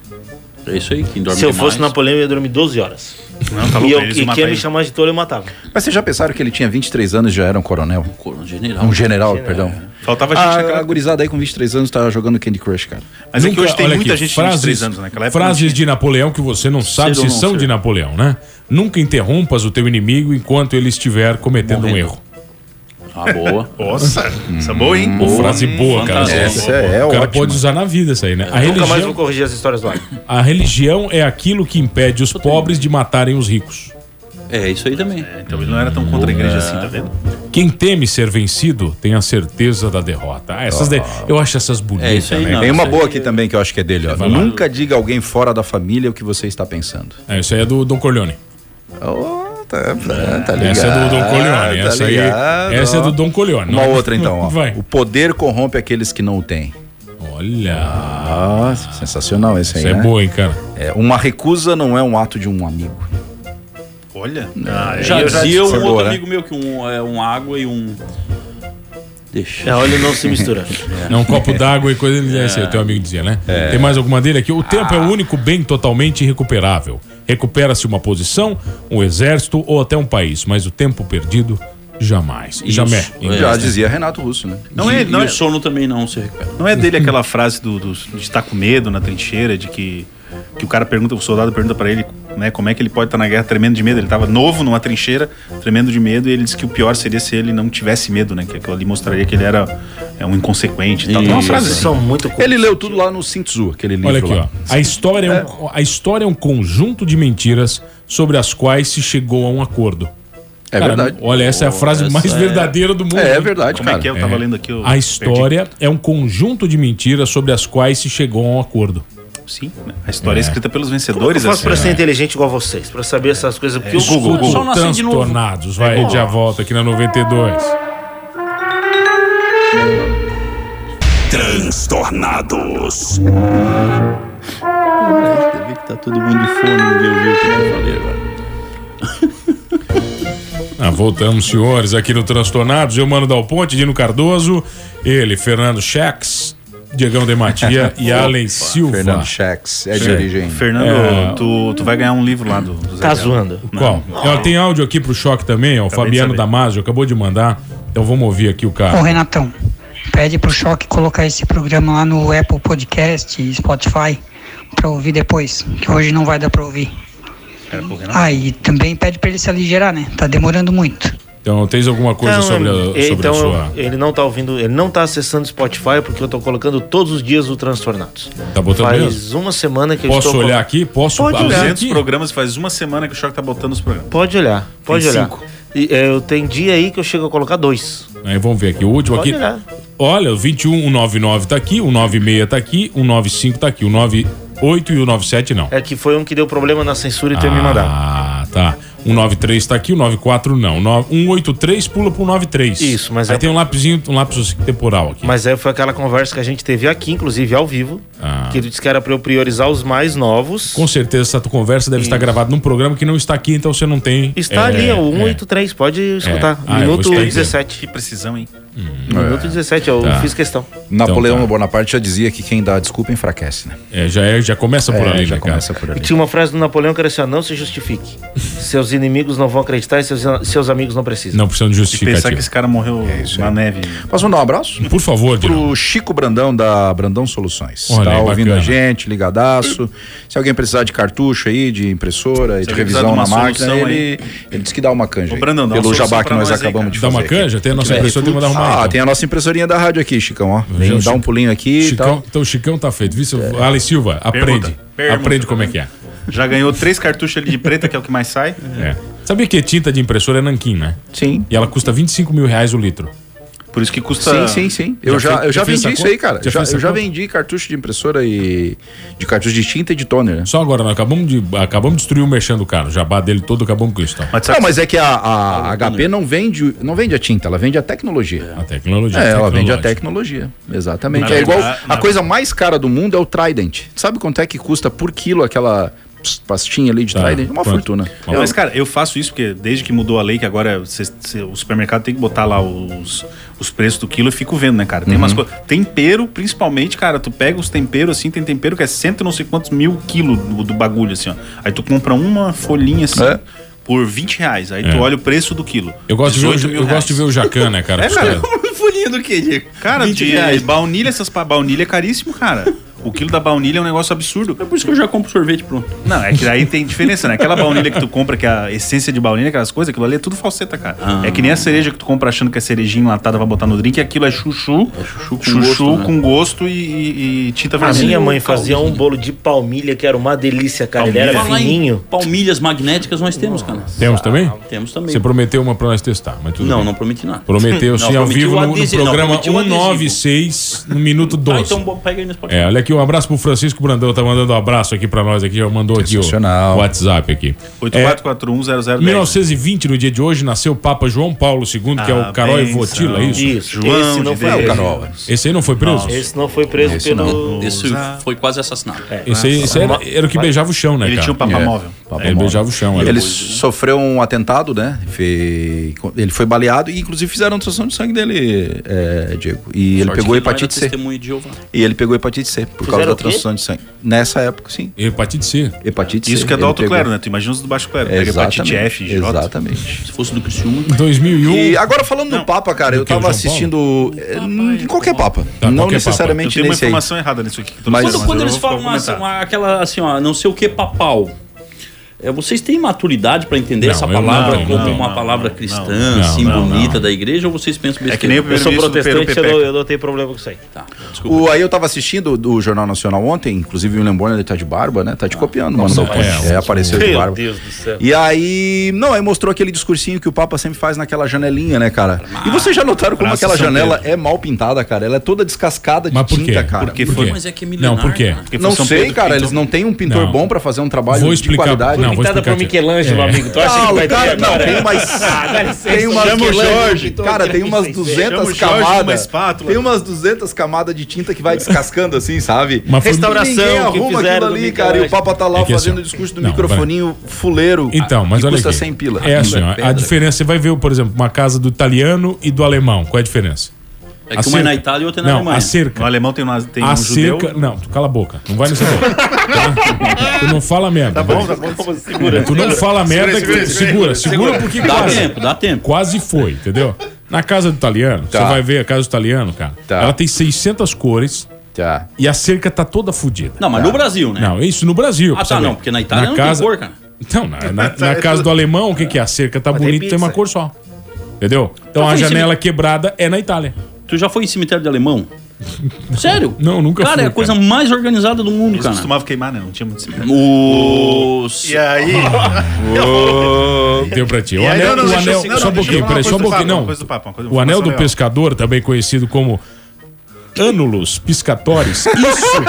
[SPEAKER 11] É isso aí, quem dorme
[SPEAKER 3] Se eu
[SPEAKER 11] demais.
[SPEAKER 3] fosse Napoleão, eu ia dormir 12 horas.
[SPEAKER 9] Não, tá
[SPEAKER 3] e é
[SPEAKER 9] louco,
[SPEAKER 3] eu,
[SPEAKER 9] eles
[SPEAKER 3] e
[SPEAKER 9] matam
[SPEAKER 3] quem me
[SPEAKER 9] ele.
[SPEAKER 3] chamasse de tolo, eu matava.
[SPEAKER 10] Mas vocês já pensaram que ele tinha 23 anos e já era um coronel?
[SPEAKER 11] Um É.
[SPEAKER 10] general. Um general, perdão. Ah,
[SPEAKER 9] Faltava gente
[SPEAKER 10] a,
[SPEAKER 9] naquela-
[SPEAKER 10] a gurizada aí com 23 anos tava jogando Candy Crush, cara.
[SPEAKER 9] Mas é que
[SPEAKER 8] Nunca-
[SPEAKER 9] hoje tem
[SPEAKER 8] olha
[SPEAKER 9] muita
[SPEAKER 8] aqui,
[SPEAKER 9] gente de 23 anos, né? Naquela época não
[SPEAKER 8] Frases de Napoleão que você não sabe
[SPEAKER 9] Ser ou
[SPEAKER 8] se
[SPEAKER 9] não
[SPEAKER 8] são
[SPEAKER 9] ser.
[SPEAKER 8] de Napoleão, né? Nunca interrompas o teu inimigo enquanto ele estiver cometendo um erro.
[SPEAKER 11] Ah, boa.
[SPEAKER 9] Nossa, essa é boa, hein? Hum.
[SPEAKER 8] Uma frase Hum. boa, cara.
[SPEAKER 10] Fantasia. Essa é
[SPEAKER 8] O cara
[SPEAKER 10] ótima.
[SPEAKER 8] pode usar na vida isso aí, né?
[SPEAKER 3] Nunca
[SPEAKER 8] A
[SPEAKER 3] mais vou
[SPEAKER 8] religião,
[SPEAKER 3] corrigir as histórias do Alho.
[SPEAKER 8] a religião é aquilo que impede os pobres de matarem os ricos.
[SPEAKER 11] É, isso aí também.
[SPEAKER 9] então ele não era tão contra a igreja assim, tá vendo?
[SPEAKER 8] Quem teme ser vencido tem a certeza da derrota. Ah, essas de- Eu acho essas
[SPEAKER 9] É
[SPEAKER 8] bonitas, né?
[SPEAKER 10] Tem uma boa aqui também que eu acho que é dele, ó.
[SPEAKER 8] Vai lá.
[SPEAKER 10] Nunca diga a alguém fora da família o que você está pensando.
[SPEAKER 8] É, isso aí é do Don Corleone.
[SPEAKER 10] Oh, tá, tá, tá
[SPEAKER 8] essa é do Don
[SPEAKER 10] ligado,
[SPEAKER 8] Corleone.
[SPEAKER 10] tá
[SPEAKER 8] essa, aí,
[SPEAKER 10] ligado,
[SPEAKER 8] essa é
[SPEAKER 10] ó.
[SPEAKER 8] do Don Corleone.
[SPEAKER 10] Uma
[SPEAKER 8] Não-
[SPEAKER 10] outra então,
[SPEAKER 8] [LAUGHS]
[SPEAKER 10] ó.
[SPEAKER 8] Vai.
[SPEAKER 10] O poder corrompe aqueles que não o têm.
[SPEAKER 8] Olha.
[SPEAKER 10] Ah, sensacional esse aí,
[SPEAKER 8] Isso é
[SPEAKER 10] né?
[SPEAKER 8] boa, hein, cara?
[SPEAKER 10] É, uma recusa não é um ato de um amigo.
[SPEAKER 9] Olha.
[SPEAKER 8] Ah, é.
[SPEAKER 11] Já
[SPEAKER 10] eu já
[SPEAKER 11] dizia um
[SPEAKER 10] disse
[SPEAKER 11] outro
[SPEAKER 10] agora.
[SPEAKER 11] amigo meu que um, é um água e um. Deixa.
[SPEAKER 3] É, olha, não
[SPEAKER 11] [LAUGHS]
[SPEAKER 3] se mistura.
[SPEAKER 8] É um
[SPEAKER 10] [LAUGHS]
[SPEAKER 8] copo d'água e coisa. É. Esse aí, o teu amigo dizia, né?
[SPEAKER 10] É.
[SPEAKER 8] Tem mais alguma dele aqui? O tempo
[SPEAKER 10] Ah.
[SPEAKER 8] é o único bem totalmente irrecuperável. Recupera-se uma posição, um exército ou até um país, mas o tempo perdido jamais.
[SPEAKER 11] Isso.
[SPEAKER 8] Jamais.
[SPEAKER 11] É.
[SPEAKER 10] Já dizia Renato Russo, né?
[SPEAKER 9] Não é,
[SPEAKER 11] e,
[SPEAKER 9] não
[SPEAKER 11] e
[SPEAKER 9] é,
[SPEAKER 11] o sono também não se recupera.
[SPEAKER 9] não é dele aquela frase do, do- de estar com medo na trincheira, de que, que o cara pergunta, o soldado pergunta pra ele, né, como é que ele pode estar na guerra tremendo de medo. Ele tava novo numa trincheira, tremendo de medo, e ele disse que o pior seria se ele não tivesse medo, né? Que aquilo ali mostraria que ele era é, um inconsequente e tal. Tem uma
[SPEAKER 11] Isso.
[SPEAKER 9] frase assim.
[SPEAKER 3] São muito
[SPEAKER 10] Ele leu tudo lá no Sun Tzu, aquele livro
[SPEAKER 8] Olha aqui, ó.
[SPEAKER 10] lá.
[SPEAKER 8] A história, é um, a história é um conjunto de mentiras sobre as quais se chegou a um acordo.
[SPEAKER 10] É
[SPEAKER 8] Cara,
[SPEAKER 10] verdade.
[SPEAKER 8] Olha, essa é a frase
[SPEAKER 11] essa
[SPEAKER 8] mais
[SPEAKER 11] é-
[SPEAKER 8] verdadeira do mundo.
[SPEAKER 10] É,
[SPEAKER 8] né?
[SPEAKER 10] é verdade,
[SPEAKER 9] Como
[SPEAKER 10] cara.
[SPEAKER 9] é que é? Eu tava lendo aqui. eu
[SPEAKER 8] A história é um conjunto de mentiras sobre as quais se chegou a um acordo.
[SPEAKER 9] perdi. Sim, né? a história é, escrita pelos
[SPEAKER 3] Como é que
[SPEAKER 9] vencedores.
[SPEAKER 3] eu faço pra
[SPEAKER 9] assim,
[SPEAKER 11] né?
[SPEAKER 3] ser inteligente igual vocês? Pra saber essas
[SPEAKER 11] É,
[SPEAKER 3] coisas? Porque eu-
[SPEAKER 9] Google,
[SPEAKER 8] Escuta,
[SPEAKER 9] Google.
[SPEAKER 8] Transtornados. Vai, a gente já volta aqui na 92.
[SPEAKER 6] Transtornados.
[SPEAKER 11] Você
[SPEAKER 9] né?
[SPEAKER 11] vê que tá todo mundo de fome, ninguém ouviu o que eu falei agora.
[SPEAKER 8] Ah, voltamos, senhores, aqui no Transtornados. Eu, Mano Dal Ponte, Dino Cardoso, ele, Fernando Chex, Diegão de
[SPEAKER 9] [LAUGHS]
[SPEAKER 8] Matia e Allen Silva.
[SPEAKER 10] É. Fernando Chex, é de origem.
[SPEAKER 9] Fernando, tu, tu vai ganhar um livro lá do, do Zé
[SPEAKER 8] É. Tá
[SPEAKER 9] Gabriel.
[SPEAKER 8] zoando.
[SPEAKER 9] Não.
[SPEAKER 8] Qual? Ó, Tem áudio aqui pro choque também, ó. O
[SPEAKER 9] Acabei de
[SPEAKER 8] Fabiano
[SPEAKER 9] saber.
[SPEAKER 8] Damasio acabou de mandar. Então vamos ouvir aqui o
[SPEAKER 14] Ô,
[SPEAKER 8] cara.
[SPEAKER 14] Renatão, pede pro Choque colocar esse programa lá no Apple Podcast e Spotify pra ouvir depois, que hoje não vai dar pra ouvir. Ah, e também pede pra ele se aligerar, né? Tá demorando muito.
[SPEAKER 8] Então, tens alguma coisa sobre, a, sobre
[SPEAKER 3] então
[SPEAKER 8] a sua.
[SPEAKER 3] ele não tá ouvindo, ele não tá acessando o Spotify porque eu tô colocando todos os dias o Transtornados.
[SPEAKER 8] Tá botando
[SPEAKER 3] Faz
[SPEAKER 8] mesmo?
[SPEAKER 3] uma semana que eu
[SPEAKER 8] Posso
[SPEAKER 3] estou
[SPEAKER 8] olhar aqui? Posso
[SPEAKER 3] Pode olhar.
[SPEAKER 9] 200 programas, faz uma semana que o Choque tá botando os programas.
[SPEAKER 3] Pode olhar, pode
[SPEAKER 9] Tem
[SPEAKER 3] olhar.
[SPEAKER 9] cinco.
[SPEAKER 3] E, é, eu tenho dia aí que eu chego a colocar dois.
[SPEAKER 8] Aí, vamos ver aqui. O último
[SPEAKER 3] Pode
[SPEAKER 8] aqui.
[SPEAKER 3] olhar.
[SPEAKER 8] Olha, o 21, o 99 tá aqui, o 96 tá aqui, o 95 tá aqui, o 98 e o 97 não.
[SPEAKER 3] É que foi um que deu problema na censura e tu ia me mandar.
[SPEAKER 8] Ah, tá. O 93 tá aqui, o 94 não. O no- 183 pula pro 93. Isso,
[SPEAKER 3] mas
[SPEAKER 8] Aí
[SPEAKER 3] é-
[SPEAKER 8] tem um lapisinho, um lapso temporal aqui.
[SPEAKER 3] Mas aí foi aquela conversa que a gente teve aqui, inclusive ao vivo,
[SPEAKER 8] Ah.
[SPEAKER 3] que ele disse que era pra eu priorizar os mais novos.
[SPEAKER 8] Com certeza essa conversa deve estar
[SPEAKER 3] Isso.
[SPEAKER 8] gravada num programa que não está aqui, então você não tem.
[SPEAKER 3] Está ali, é o 183, pode escutar.
[SPEAKER 8] Ah, eu vou
[SPEAKER 3] Minuto
[SPEAKER 8] estar entendendo.
[SPEAKER 3] 17.
[SPEAKER 9] Que precisão, hein?
[SPEAKER 3] Minuto 17, eu
[SPEAKER 10] Tá.
[SPEAKER 3] fiz questão.
[SPEAKER 8] Então
[SPEAKER 10] Napoleão
[SPEAKER 8] tá.
[SPEAKER 10] Bonaparte já dizia que quem dá desculpa enfraquece, né?
[SPEAKER 8] É, já, é, já começa
[SPEAKER 10] por ali,
[SPEAKER 8] já
[SPEAKER 10] já começa por ali.
[SPEAKER 3] Tinha uma frase do Napoleão que era assim: ó, não se justifique. seus inimigos não vão acreditar e seus, seus amigos não precisam.
[SPEAKER 8] Não precisam de
[SPEAKER 9] E pensar que
[SPEAKER 8] justificativa.
[SPEAKER 9] esse cara morreu
[SPEAKER 10] É
[SPEAKER 9] na neve.
[SPEAKER 10] Posso mandar um abraço?
[SPEAKER 8] Por favor,
[SPEAKER 10] Pro Chico Brandão da Brandão Soluções.
[SPEAKER 8] Olha
[SPEAKER 10] tá
[SPEAKER 8] aí,
[SPEAKER 10] ouvindo
[SPEAKER 8] bacana.
[SPEAKER 10] a gente, ligadaço. Se alguém precisar de cartucho aí, de impressora e de
[SPEAKER 9] alguém precisar de
[SPEAKER 10] revisão
[SPEAKER 9] uma
[SPEAKER 10] na máquina,
[SPEAKER 9] solução
[SPEAKER 10] ele, ele disse que dá uma canja. aí,
[SPEAKER 9] Brandão, dá uma
[SPEAKER 10] pelo
[SPEAKER 9] solução
[SPEAKER 10] jabá que
[SPEAKER 9] pra
[SPEAKER 10] nós,
[SPEAKER 9] nós aí,
[SPEAKER 10] acabamos
[SPEAKER 9] cara.
[SPEAKER 10] de
[SPEAKER 8] Dá
[SPEAKER 10] fazer.
[SPEAKER 8] uma canja? Tem a nossa
[SPEAKER 10] É.
[SPEAKER 8] impressora, tem que mandar arrumar.
[SPEAKER 10] Ah,
[SPEAKER 8] então.
[SPEAKER 10] tem a nossa impressorinha da rádio aqui, Chicão, ó. Vem
[SPEAKER 8] Chico-
[SPEAKER 10] dar um pulinho aqui e
[SPEAKER 8] Chicão,
[SPEAKER 10] tal. É.
[SPEAKER 8] então o Chicão tá feito, viu? seu- Ale Silva, aprende.
[SPEAKER 9] Pergunta, pergunta.
[SPEAKER 8] Aprende como é que é.
[SPEAKER 9] Já ganhou três cartuchos ali de preta, que é o que mais sai.
[SPEAKER 8] É. Sabia que tinta de impressora é nanquim, né?
[SPEAKER 10] [LAUGHS] Sim.
[SPEAKER 8] E ela custa 25 mil reais o litro.
[SPEAKER 9] Por isso que
[SPEAKER 10] Sim, sim, sim. Eu já,
[SPEAKER 8] fez-
[SPEAKER 10] eu já
[SPEAKER 8] fez
[SPEAKER 10] vendi
[SPEAKER 8] essa
[SPEAKER 10] isso aí,
[SPEAKER 8] conta?
[SPEAKER 10] cara. Já-
[SPEAKER 8] fez essa
[SPEAKER 10] eu já
[SPEAKER 8] conta?
[SPEAKER 10] vendi cartucho de impressora e. de cartucho de tinta e de toner, né?
[SPEAKER 8] Só agora, nós acabamos de, acabamos de destruir o merchan do cara. O jabá dele todo acabamos com isso. Então.
[SPEAKER 10] não, mas é que a, a HP não vende, não vende a tinta, ela vende a tecnologia.
[SPEAKER 8] A tecnologia.
[SPEAKER 10] É, ela
[SPEAKER 8] tecnológica.
[SPEAKER 10] vende a tecnologia. Exatamente.
[SPEAKER 9] Na
[SPEAKER 10] é igual.
[SPEAKER 9] verdade-
[SPEAKER 10] a coisa mais cara do mundo é o Trident. Sabe quanto é que custa por quilo aquela ps- pastinha ali de
[SPEAKER 8] Tá,
[SPEAKER 10] Trident? É Uma
[SPEAKER 8] quanto?
[SPEAKER 10] fortuna.
[SPEAKER 9] Eu- mas, cara, eu faço isso porque desde que mudou a lei, que agora cê- cê- o supermercado tem que botar lá os, os preços do quilo, eu fico vendo, né, cara? Tem umas
[SPEAKER 8] Uhum.
[SPEAKER 9] coisas. Tempero, principalmente, cara, tu pega os temperos assim, tem tempero que é cento e não sei quantos mil quilos do, do bagulho, assim, ó. Aí tu compra uma folhinha assim.
[SPEAKER 10] É.
[SPEAKER 9] Por 20 reais. Aí
[SPEAKER 8] É.
[SPEAKER 9] tu olha o preço do quilo.
[SPEAKER 8] Eu gosto, de ver,
[SPEAKER 9] 18
[SPEAKER 8] o-
[SPEAKER 9] mil
[SPEAKER 8] eu gosto de ver o Jacan, né, cara?
[SPEAKER 9] É,
[SPEAKER 8] Os
[SPEAKER 9] cara.
[SPEAKER 8] caras-
[SPEAKER 5] Folhinha do quê, Diego?
[SPEAKER 9] Cara,
[SPEAKER 5] 20
[SPEAKER 9] de
[SPEAKER 5] reais.
[SPEAKER 9] baunilha, essas pa- baunilha é caríssimo, cara. O quilo da baunilha é um negócio absurdo.
[SPEAKER 5] É por isso que eu já compro sorvete pronto.
[SPEAKER 9] Não, é que daí tem diferença, né? Aquela baunilha que tu compra, que é a essência de baunilha, aquelas coisas, aquilo ali é tudo falseta, cara. É que nem a cereja que tu compra achando que é cerejinha enlatada pra botar no drink, aquilo é chuchu, chuchu com gosto, e, e- e tinta
[SPEAKER 3] A
[SPEAKER 9] vermelha.
[SPEAKER 3] minha mãe fazia um bolo de palmilha que era uma delícia, cara. Ele era
[SPEAKER 9] Palmilha?
[SPEAKER 3] fininho.
[SPEAKER 11] Palmilhas magnéticas nós temos, cara. Ah,
[SPEAKER 8] Temos também?
[SPEAKER 11] Temos também.
[SPEAKER 8] Você prometeu uma pra nós testar, mas tudo
[SPEAKER 11] Não,
[SPEAKER 8] bem.
[SPEAKER 11] não prometi nada.
[SPEAKER 8] Prometeu
[SPEAKER 11] Não,
[SPEAKER 8] sim ao
[SPEAKER 11] prometi
[SPEAKER 8] vivo
[SPEAKER 11] o
[SPEAKER 8] no, no
[SPEAKER 11] adesivo. Não,
[SPEAKER 8] programa
[SPEAKER 11] prometi o
[SPEAKER 10] um
[SPEAKER 11] adesivo.
[SPEAKER 8] 196, no minuto
[SPEAKER 11] Ah,
[SPEAKER 8] 12.
[SPEAKER 11] então bo- pega aí nesse papel.
[SPEAKER 8] É, olha aqui, um abraço pro Francisco Brandão, tá mandando um abraço aqui pra nós aqui, já mandou aqui o
[SPEAKER 10] Sensacional.
[SPEAKER 8] WhatsApp aqui. É,
[SPEAKER 9] 84410010.
[SPEAKER 8] 1920, no dia de hoje, nasceu o Papa João Paulo II, que é o
[SPEAKER 9] Ah,
[SPEAKER 8] Carol
[SPEAKER 9] benção.
[SPEAKER 8] Votila, é isso?
[SPEAKER 3] Isso.
[SPEAKER 9] João
[SPEAKER 3] esse não
[SPEAKER 9] de
[SPEAKER 3] foi
[SPEAKER 9] Deus.
[SPEAKER 3] preso.
[SPEAKER 10] Carol.
[SPEAKER 8] Esse aí não foi preso?
[SPEAKER 3] Esse não foi preso
[SPEAKER 10] Esse
[SPEAKER 3] pelo.
[SPEAKER 11] Esse foi quase assassinado.
[SPEAKER 8] Esse aí esse era, era o que beijava o chão, né,
[SPEAKER 9] Ele
[SPEAKER 8] cara?
[SPEAKER 9] tinha um papamóvel.
[SPEAKER 8] É, ele beijava o chão. Era
[SPEAKER 10] Ele
[SPEAKER 11] é.
[SPEAKER 10] sofreu um atentado, né? Fe- Ele foi baleado e, inclusive, fizeram transfusão de sangue dele, é, Diego. E ele
[SPEAKER 11] Sorte
[SPEAKER 10] pegou
[SPEAKER 11] que não era
[SPEAKER 10] hepatite C.
[SPEAKER 11] testemunha de Jeová.
[SPEAKER 10] E ele pegou hepatite C por
[SPEAKER 3] Fizeram
[SPEAKER 10] causa da
[SPEAKER 3] o quê?
[SPEAKER 10] transfusão de sangue. Nessa época, sim.
[SPEAKER 8] Hepatite C.
[SPEAKER 10] Hepatite C.
[SPEAKER 9] Isso que é do
[SPEAKER 10] ele
[SPEAKER 9] alto
[SPEAKER 10] pegou.
[SPEAKER 9] clero, né? Tu imagina os do baixo clero. Pega hepatite
[SPEAKER 10] Exatamente.
[SPEAKER 9] F, J.
[SPEAKER 10] Exatamente.
[SPEAKER 11] Se fosse do Criciúma.
[SPEAKER 8] 2001.
[SPEAKER 10] E agora falando do Papa, cara,
[SPEAKER 8] Do
[SPEAKER 10] eu
[SPEAKER 8] que, o
[SPEAKER 10] tava
[SPEAKER 8] João
[SPEAKER 10] assistindo eh,
[SPEAKER 3] é.
[SPEAKER 10] em qualquer Papa,
[SPEAKER 8] Tá,
[SPEAKER 10] não
[SPEAKER 8] qualquer
[SPEAKER 9] Eu
[SPEAKER 10] necessariamente
[SPEAKER 9] tenho uma
[SPEAKER 10] nesse aí.
[SPEAKER 9] informação errada nisso aqui. que tu
[SPEAKER 10] Mas-
[SPEAKER 9] não
[SPEAKER 11] Quando,
[SPEAKER 9] sabe,
[SPEAKER 11] quando
[SPEAKER 9] eu
[SPEAKER 11] eles
[SPEAKER 9] vou- vou
[SPEAKER 11] falam uma,
[SPEAKER 9] comentar.
[SPEAKER 11] uma- aquela assim, ó, não sei o que papal. É, vocês têm maturidade pra entender
[SPEAKER 8] Não,
[SPEAKER 11] essa
[SPEAKER 8] eu
[SPEAKER 11] palavra
[SPEAKER 8] não,
[SPEAKER 11] como
[SPEAKER 8] não,
[SPEAKER 11] uma
[SPEAKER 9] não,
[SPEAKER 11] palavra
[SPEAKER 9] não,
[SPEAKER 11] cristã,
[SPEAKER 8] não,
[SPEAKER 11] assim,
[SPEAKER 8] não,
[SPEAKER 11] bonita da igreja, ou vocês pensam besteira?
[SPEAKER 9] É que nem o
[SPEAKER 3] Eu sou
[SPEAKER 9] primeiro-ministro do Peru,
[SPEAKER 3] protestante, eu
[SPEAKER 9] Pepe.
[SPEAKER 3] não, eu não tenho problema com isso aí.
[SPEAKER 11] Tá, desculpa.
[SPEAKER 10] O, aí eu tava assistindo do Jornal Nacional ontem, inclusive o William Bonner ele tá de barba, né? Tá
[SPEAKER 9] Ah,
[SPEAKER 10] te copiando, mano.
[SPEAKER 8] é,
[SPEAKER 10] é, apareceu de barba.
[SPEAKER 3] do céu.
[SPEAKER 10] E aí, não, aí mostrou aquele discursinho que o Papa sempre faz naquela janelinha, né, cara? E vocês já notaram como
[SPEAKER 9] Ah, Praça
[SPEAKER 10] aquela
[SPEAKER 9] São
[SPEAKER 10] janela é mal pintada, cara? Ela é toda descascada de
[SPEAKER 8] Mas por
[SPEAKER 10] tinta,
[SPEAKER 8] quê?
[SPEAKER 10] cara.
[SPEAKER 9] Porque
[SPEAKER 8] Por
[SPEAKER 9] foi-
[SPEAKER 8] quê?
[SPEAKER 11] Mas é que é milenar,
[SPEAKER 8] Não, por quê?
[SPEAKER 11] cara.
[SPEAKER 9] Porque foi
[SPEAKER 10] Não
[SPEAKER 9] São
[SPEAKER 10] sei,
[SPEAKER 9] Pedro que
[SPEAKER 10] cara,
[SPEAKER 9] pintou.
[SPEAKER 10] eles não têm um pintor
[SPEAKER 8] Não.
[SPEAKER 10] bom pra fazer um trabalho
[SPEAKER 8] Vou
[SPEAKER 10] de
[SPEAKER 8] explicar.
[SPEAKER 10] qualidade.
[SPEAKER 8] Não, vou
[SPEAKER 3] Pintada por
[SPEAKER 8] explicar, Tiago.
[SPEAKER 3] Michelangelo,
[SPEAKER 8] É.
[SPEAKER 3] amigo. Tu acha que
[SPEAKER 10] Não,
[SPEAKER 3] vai
[SPEAKER 10] cara,
[SPEAKER 3] ter agora?
[SPEAKER 10] não, tem umas.
[SPEAKER 3] dá licença,
[SPEAKER 10] tem umas
[SPEAKER 3] chama o Jorge.
[SPEAKER 10] Cara, tem umas
[SPEAKER 9] Chama o
[SPEAKER 10] 200
[SPEAKER 9] Jorge com uma
[SPEAKER 10] camadas.
[SPEAKER 9] espátula.
[SPEAKER 10] Tem umas 200 camadas de tinta que vai descascando assim, sabe?
[SPEAKER 8] Mas foi-
[SPEAKER 10] Restauração, Ninguém
[SPEAKER 3] Restauração que
[SPEAKER 10] arruma aquilo
[SPEAKER 3] fizeram do
[SPEAKER 10] ali,
[SPEAKER 3] Michelangelo.
[SPEAKER 10] cara. E o Papa tá lá
[SPEAKER 8] É que assim,
[SPEAKER 10] fazendo
[SPEAKER 8] ó.
[SPEAKER 10] o discurso do
[SPEAKER 8] Não,
[SPEAKER 10] microfoninho fuleiro.
[SPEAKER 8] Então, mas
[SPEAKER 10] que
[SPEAKER 8] olha
[SPEAKER 10] custa
[SPEAKER 8] aqui.
[SPEAKER 10] 100 pila.
[SPEAKER 8] É assim, ó, a
[SPEAKER 10] Pedra.
[SPEAKER 8] diferença, você vai ver, por exemplo, uma casa do italiano e do alemão. Qual é a diferença?
[SPEAKER 11] É que
[SPEAKER 10] Assim-
[SPEAKER 11] uma é na Itália e outra é na
[SPEAKER 8] não,
[SPEAKER 11] Alemanha.
[SPEAKER 8] A cerca.
[SPEAKER 11] O alemão tem, uma, tem
[SPEAKER 8] a
[SPEAKER 11] um judeu.
[SPEAKER 8] cerca... Não, tu cala a boca. Não vai nesse
[SPEAKER 11] [LAUGHS]
[SPEAKER 8] judeu. tá? Tu não fala merda. Tá bom, tá bom.
[SPEAKER 11] então Segura.
[SPEAKER 8] Tu não fala
[SPEAKER 11] Segura,
[SPEAKER 8] merda.
[SPEAKER 11] segura,
[SPEAKER 8] que...
[SPEAKER 11] segura.
[SPEAKER 8] segura, segura, porque
[SPEAKER 11] Dá
[SPEAKER 8] quase.
[SPEAKER 11] tempo, dá tempo.
[SPEAKER 8] Quase foi, entendeu? Na casa do italiano,
[SPEAKER 11] Tá.
[SPEAKER 8] você vai ver a casa do italiano, cara. Ela tem 600 cores. E a cerca tá toda fodida.
[SPEAKER 11] Não, mas no Brasil, né?
[SPEAKER 8] Não, é isso no Brasil.
[SPEAKER 11] Ah,
[SPEAKER 8] pra
[SPEAKER 11] tá,
[SPEAKER 8] saber.
[SPEAKER 11] não, porque na Itália não tem cor, cara.
[SPEAKER 8] Então, na, na-
[SPEAKER 9] é
[SPEAKER 8] na casa do alemão, o que, que é? A cerca tá
[SPEAKER 11] Mas tem
[SPEAKER 8] bonita, tem,
[SPEAKER 11] pizza.
[SPEAKER 8] uma cor só. Entendeu? Então
[SPEAKER 11] Já
[SPEAKER 8] a
[SPEAKER 11] foi em
[SPEAKER 8] janela
[SPEAKER 11] cime-
[SPEAKER 8] quebrada é na Itália.
[SPEAKER 11] Tu já foi em cemitério de alemão? Sério?
[SPEAKER 8] Não, nunca
[SPEAKER 11] Cara,
[SPEAKER 8] fui,
[SPEAKER 11] é a coisa
[SPEAKER 8] cara.
[SPEAKER 11] mais organizada do mundo,
[SPEAKER 9] Eles
[SPEAKER 11] Um cara.
[SPEAKER 9] costumavam queimar, né? Não tinha muito cemitério.
[SPEAKER 11] Os...
[SPEAKER 9] E aí?
[SPEAKER 8] Deu pra ti.
[SPEAKER 9] E
[SPEAKER 8] O
[SPEAKER 9] aí, não,
[SPEAKER 8] anel,
[SPEAKER 9] não,
[SPEAKER 8] o
[SPEAKER 9] deixa eu-
[SPEAKER 8] anel-
[SPEAKER 9] não, não, deixa
[SPEAKER 8] só um
[SPEAKER 9] eu
[SPEAKER 8] pouquinho,
[SPEAKER 9] falar
[SPEAKER 8] peraí,
[SPEAKER 9] uma
[SPEAKER 8] só um
[SPEAKER 9] coisa do
[SPEAKER 8] pouquinho.
[SPEAKER 9] papo, uma
[SPEAKER 8] Não.
[SPEAKER 9] coisa do papo, uma coisa-
[SPEAKER 8] O
[SPEAKER 9] uma
[SPEAKER 8] anel do
[SPEAKER 9] informação
[SPEAKER 8] pescador, também conhecido como ânulos piscatóris. Isso!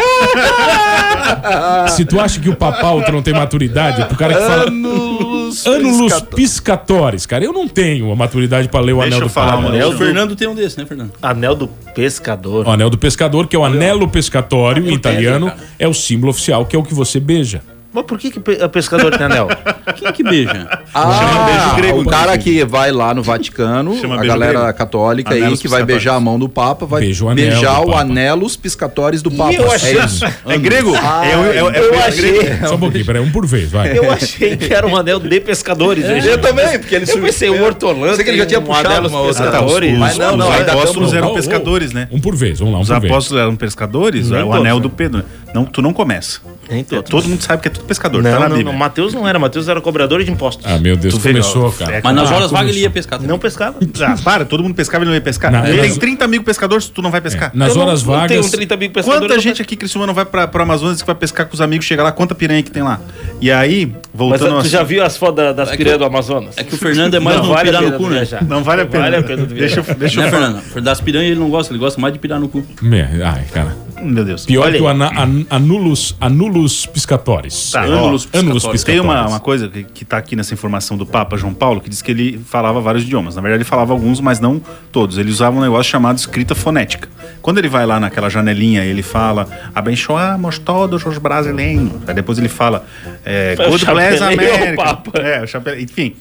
[SPEAKER 8] Se tu acha que o papauto não tem maturidade, é pro cara que fala.
[SPEAKER 11] Ânulus
[SPEAKER 8] Ânulus piscatóris, cara. Eu não tenho a maturidade pra ler o anel do Papa.
[SPEAKER 11] O Fernando tem um desse, né, Fernando?
[SPEAKER 3] Anel do pescador.
[SPEAKER 8] O anel do pescador, que é o anelo pescatório em italiano, é o símbolo oficial, que é o que você beija.
[SPEAKER 3] Mas por que, que pe- o pescador tem anel?
[SPEAKER 11] Quem que beija?
[SPEAKER 10] Ah,
[SPEAKER 3] beijo grego,
[SPEAKER 10] o cara
[SPEAKER 9] então,
[SPEAKER 10] que vai lá no Vaticano,
[SPEAKER 3] Chama
[SPEAKER 10] a
[SPEAKER 3] beijo
[SPEAKER 10] galera
[SPEAKER 3] grego.
[SPEAKER 10] católica aí,
[SPEAKER 3] Anelos
[SPEAKER 10] que vai
[SPEAKER 3] piscatórios.
[SPEAKER 10] beijar a mão do Papa, vai
[SPEAKER 8] Beija o anel
[SPEAKER 10] beijar
[SPEAKER 8] do
[SPEAKER 10] o
[SPEAKER 8] Papa.
[SPEAKER 10] anelos piscatórios do Papa.
[SPEAKER 3] eu achei-
[SPEAKER 9] É grego?
[SPEAKER 10] Ah,
[SPEAKER 9] É o- é o- é o
[SPEAKER 3] eu
[SPEAKER 9] beijo
[SPEAKER 3] achei-
[SPEAKER 9] grego.
[SPEAKER 8] Só um pouquinho, peraí, um por vez, vai.
[SPEAKER 3] [LAUGHS] Eu achei que era um anel de pescadores.
[SPEAKER 10] É,
[SPEAKER 3] gente.
[SPEAKER 10] eu também, porque ele
[SPEAKER 3] Eu pensei, o hortolã.
[SPEAKER 10] Sei que ele já
[SPEAKER 3] tem
[SPEAKER 10] tinha
[SPEAKER 3] um
[SPEAKER 10] puxado
[SPEAKER 3] anel dos
[SPEAKER 10] uma outra.
[SPEAKER 3] pescadores.
[SPEAKER 10] Mas não, não,
[SPEAKER 9] Os
[SPEAKER 3] é
[SPEAKER 10] ainda
[SPEAKER 9] apóstolos
[SPEAKER 10] estamos-
[SPEAKER 9] eram
[SPEAKER 10] Oh, oh.
[SPEAKER 9] pescadores, né?
[SPEAKER 8] Um por vez, vamos lá, um
[SPEAKER 9] Os
[SPEAKER 8] por vez.
[SPEAKER 9] apóstolos eram pescadores?
[SPEAKER 3] Nem
[SPEAKER 9] é o
[SPEAKER 3] todos,
[SPEAKER 9] anel
[SPEAKER 3] né?
[SPEAKER 9] do Pedro. Não, tu não começa.
[SPEAKER 3] Nem todos.
[SPEAKER 9] Todo mundo sabe que é tudo pescador,
[SPEAKER 3] Não,
[SPEAKER 9] tá na
[SPEAKER 3] não,
[SPEAKER 9] Bíblia.
[SPEAKER 3] não. Mateus não era. Mateus era cobrador de impostos.
[SPEAKER 8] Ah, meu Deus,
[SPEAKER 9] Tu vê,
[SPEAKER 8] começou,
[SPEAKER 9] ó,
[SPEAKER 8] cara.
[SPEAKER 9] é,
[SPEAKER 11] Mas nas
[SPEAKER 9] Ah,
[SPEAKER 11] horas vagas ele
[SPEAKER 8] começou.
[SPEAKER 11] ia pescar. também.
[SPEAKER 3] Não pescava.
[SPEAKER 9] Ah, para, todo mundo pescava e ele não ia pescar.
[SPEAKER 8] Não,
[SPEAKER 9] ele
[SPEAKER 8] nas-
[SPEAKER 9] tem 30 amigos pescadores, tu não vai pescar.
[SPEAKER 8] Nas
[SPEAKER 3] Eu
[SPEAKER 8] horas
[SPEAKER 3] não- não tenho um
[SPEAKER 8] vagas.
[SPEAKER 3] 30 mil pescadores.
[SPEAKER 9] Quanta
[SPEAKER 3] eu
[SPEAKER 9] gente aqui, Criciúma, não vai pra, pra Amazonas que vai pescar com os amigos, chega lá, quanta piranha que tem lá? E aí,
[SPEAKER 3] Mas ah,
[SPEAKER 9] voltando
[SPEAKER 3] tu já
[SPEAKER 9] assunto-
[SPEAKER 3] viu as fotos da- das
[SPEAKER 11] É que
[SPEAKER 3] piranhas
[SPEAKER 11] eu-
[SPEAKER 3] do Amazonas?
[SPEAKER 11] É que o Fernando é mais
[SPEAKER 9] um
[SPEAKER 3] Não
[SPEAKER 11] no
[SPEAKER 3] vale a
[SPEAKER 11] pirar no
[SPEAKER 3] pena
[SPEAKER 11] cu, né?
[SPEAKER 3] viajar.
[SPEAKER 9] Não vale a
[SPEAKER 3] Não
[SPEAKER 9] pena.
[SPEAKER 3] vale a pena tu viajar.
[SPEAKER 9] [LAUGHS] deixa eu, deixa eu
[SPEAKER 11] Né,
[SPEAKER 9] falar.
[SPEAKER 11] Fernando? Das piranhas ele não gosta, ele gosta mais de pirar no cu.
[SPEAKER 8] Me- Ai, cara.
[SPEAKER 9] Meu Deus.
[SPEAKER 8] Pior
[SPEAKER 3] Olha
[SPEAKER 8] que o
[SPEAKER 3] aí.
[SPEAKER 8] ana- an- anulus, anulus piscatores.
[SPEAKER 9] Tá,
[SPEAKER 11] Ângulos
[SPEAKER 9] ó,
[SPEAKER 8] ângulos
[SPEAKER 9] piscatórios. Tem uma,
[SPEAKER 8] piscatórios.
[SPEAKER 9] uma coisa que, que tá aqui nessa informação do Papa João Paulo, que diz que ele falava vários idiomas. Na verdade, ele falava alguns, mas não todos. Ele usava um negócio chamado escrita fonética. Quando ele vai lá naquela janelinha, ele fala abençoamos todos os brasileiros. Aí depois ele fala é,
[SPEAKER 3] Foi o
[SPEAKER 9] God bless
[SPEAKER 3] chapeleiro, o
[SPEAKER 9] America.
[SPEAKER 3] Papa.
[SPEAKER 9] É, o chapeleiro. Enfim,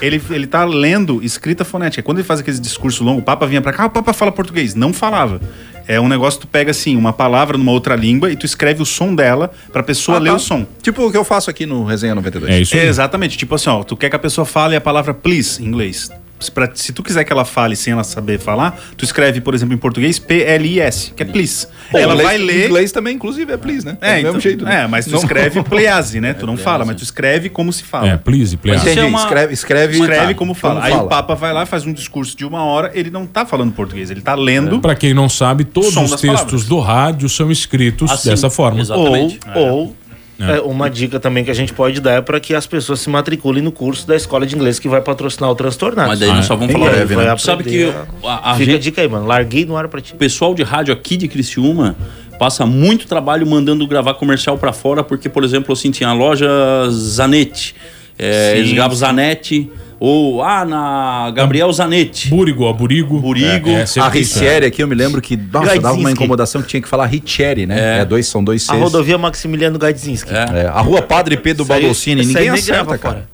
[SPEAKER 9] ele, ele tá lendo escrita fonética. Quando ele faz aquele discurso longo, o Papa vinha pra cá, "Ah, o Papa fala português. Não falava. É um negócio que tu pega assim, uma palavra numa outra língua e tu escreve o som dela pra pessoa
[SPEAKER 10] Ah,
[SPEAKER 9] ler
[SPEAKER 10] tá.
[SPEAKER 9] o som.
[SPEAKER 10] Tipo o que eu faço aqui no Resenha 92.
[SPEAKER 8] É isso
[SPEAKER 9] É,
[SPEAKER 8] aí.
[SPEAKER 9] exatamente. Tipo assim, ó, tu quer que a pessoa fale a palavra please em inglês. Se, pra- se tu quiser que ela fale sem ela saber falar, tu escreve, por exemplo, em português P-L-I-S, que é please. ela vai ler.
[SPEAKER 10] inglês também, inclusive, é please, né?
[SPEAKER 9] É,
[SPEAKER 10] do
[SPEAKER 9] então,
[SPEAKER 10] mesmo jeito. né?
[SPEAKER 9] é, mas tu
[SPEAKER 10] Não- [LAUGHS] É
[SPEAKER 9] escreve please, né? tu não fala, mas tu escreve como se fala.
[SPEAKER 8] É, please, please.
[SPEAKER 10] Entendi,
[SPEAKER 11] é uma-
[SPEAKER 10] escreve, escreve,
[SPEAKER 9] Escreve
[SPEAKER 10] tá,
[SPEAKER 9] como fala. Aí o Papa vai lá, faz um discurso de uma hora, ele não tá falando português, ele tá lendo.
[SPEAKER 8] Pra quem não sabe, todos
[SPEAKER 9] Som
[SPEAKER 8] os
[SPEAKER 9] das
[SPEAKER 8] textos
[SPEAKER 9] palavras.
[SPEAKER 8] do rádio são escritos
[SPEAKER 11] Assim,
[SPEAKER 8] dessa forma.
[SPEAKER 11] Exatamente.
[SPEAKER 3] Ou, ou é, uma dica também que a gente pode dar é para que as pessoas se matriculem no curso da escola de inglês que vai patrocinar o transtornado.
[SPEAKER 11] Mas daí nós só vamos
[SPEAKER 10] Em
[SPEAKER 11] falar.
[SPEAKER 10] breve,
[SPEAKER 11] Tu
[SPEAKER 10] né?
[SPEAKER 11] Sabe que
[SPEAKER 3] aprender
[SPEAKER 11] a, a
[SPEAKER 3] Fica a
[SPEAKER 11] gente,
[SPEAKER 3] dica aí, mano. Larguei no ar pra ti.
[SPEAKER 11] o pessoal de rádio aqui de Criciúma passa muito trabalho mandando gravar comercial pra fora, porque, por exemplo, assim, tinha a loja Zanetti. É,
[SPEAKER 9] Sim.
[SPEAKER 11] eles gravam Zanetti. Ou, ah, na Gabriel Zanetti.
[SPEAKER 8] Burigo, aburigo.
[SPEAKER 11] Burigo.
[SPEAKER 8] É, é, sempre
[SPEAKER 10] A
[SPEAKER 8] isso,
[SPEAKER 10] Ricieri aqui, eu me lembro que né? nossa, dava uma
[SPEAKER 3] Gaidzinski.
[SPEAKER 10] incomodação que tinha que falar Ricieri, né? É, dois, são dois
[SPEAKER 3] A
[SPEAKER 10] Cs.
[SPEAKER 3] rodovia Maximiliano Gaidzinski.
[SPEAKER 11] É.
[SPEAKER 10] É, a rua Padre Pedro
[SPEAKER 3] Isso aí-
[SPEAKER 10] Baldocini,
[SPEAKER 3] isso aí
[SPEAKER 10] ninguém
[SPEAKER 3] nem
[SPEAKER 10] acerta,
[SPEAKER 3] grava
[SPEAKER 10] cara.
[SPEAKER 3] fora.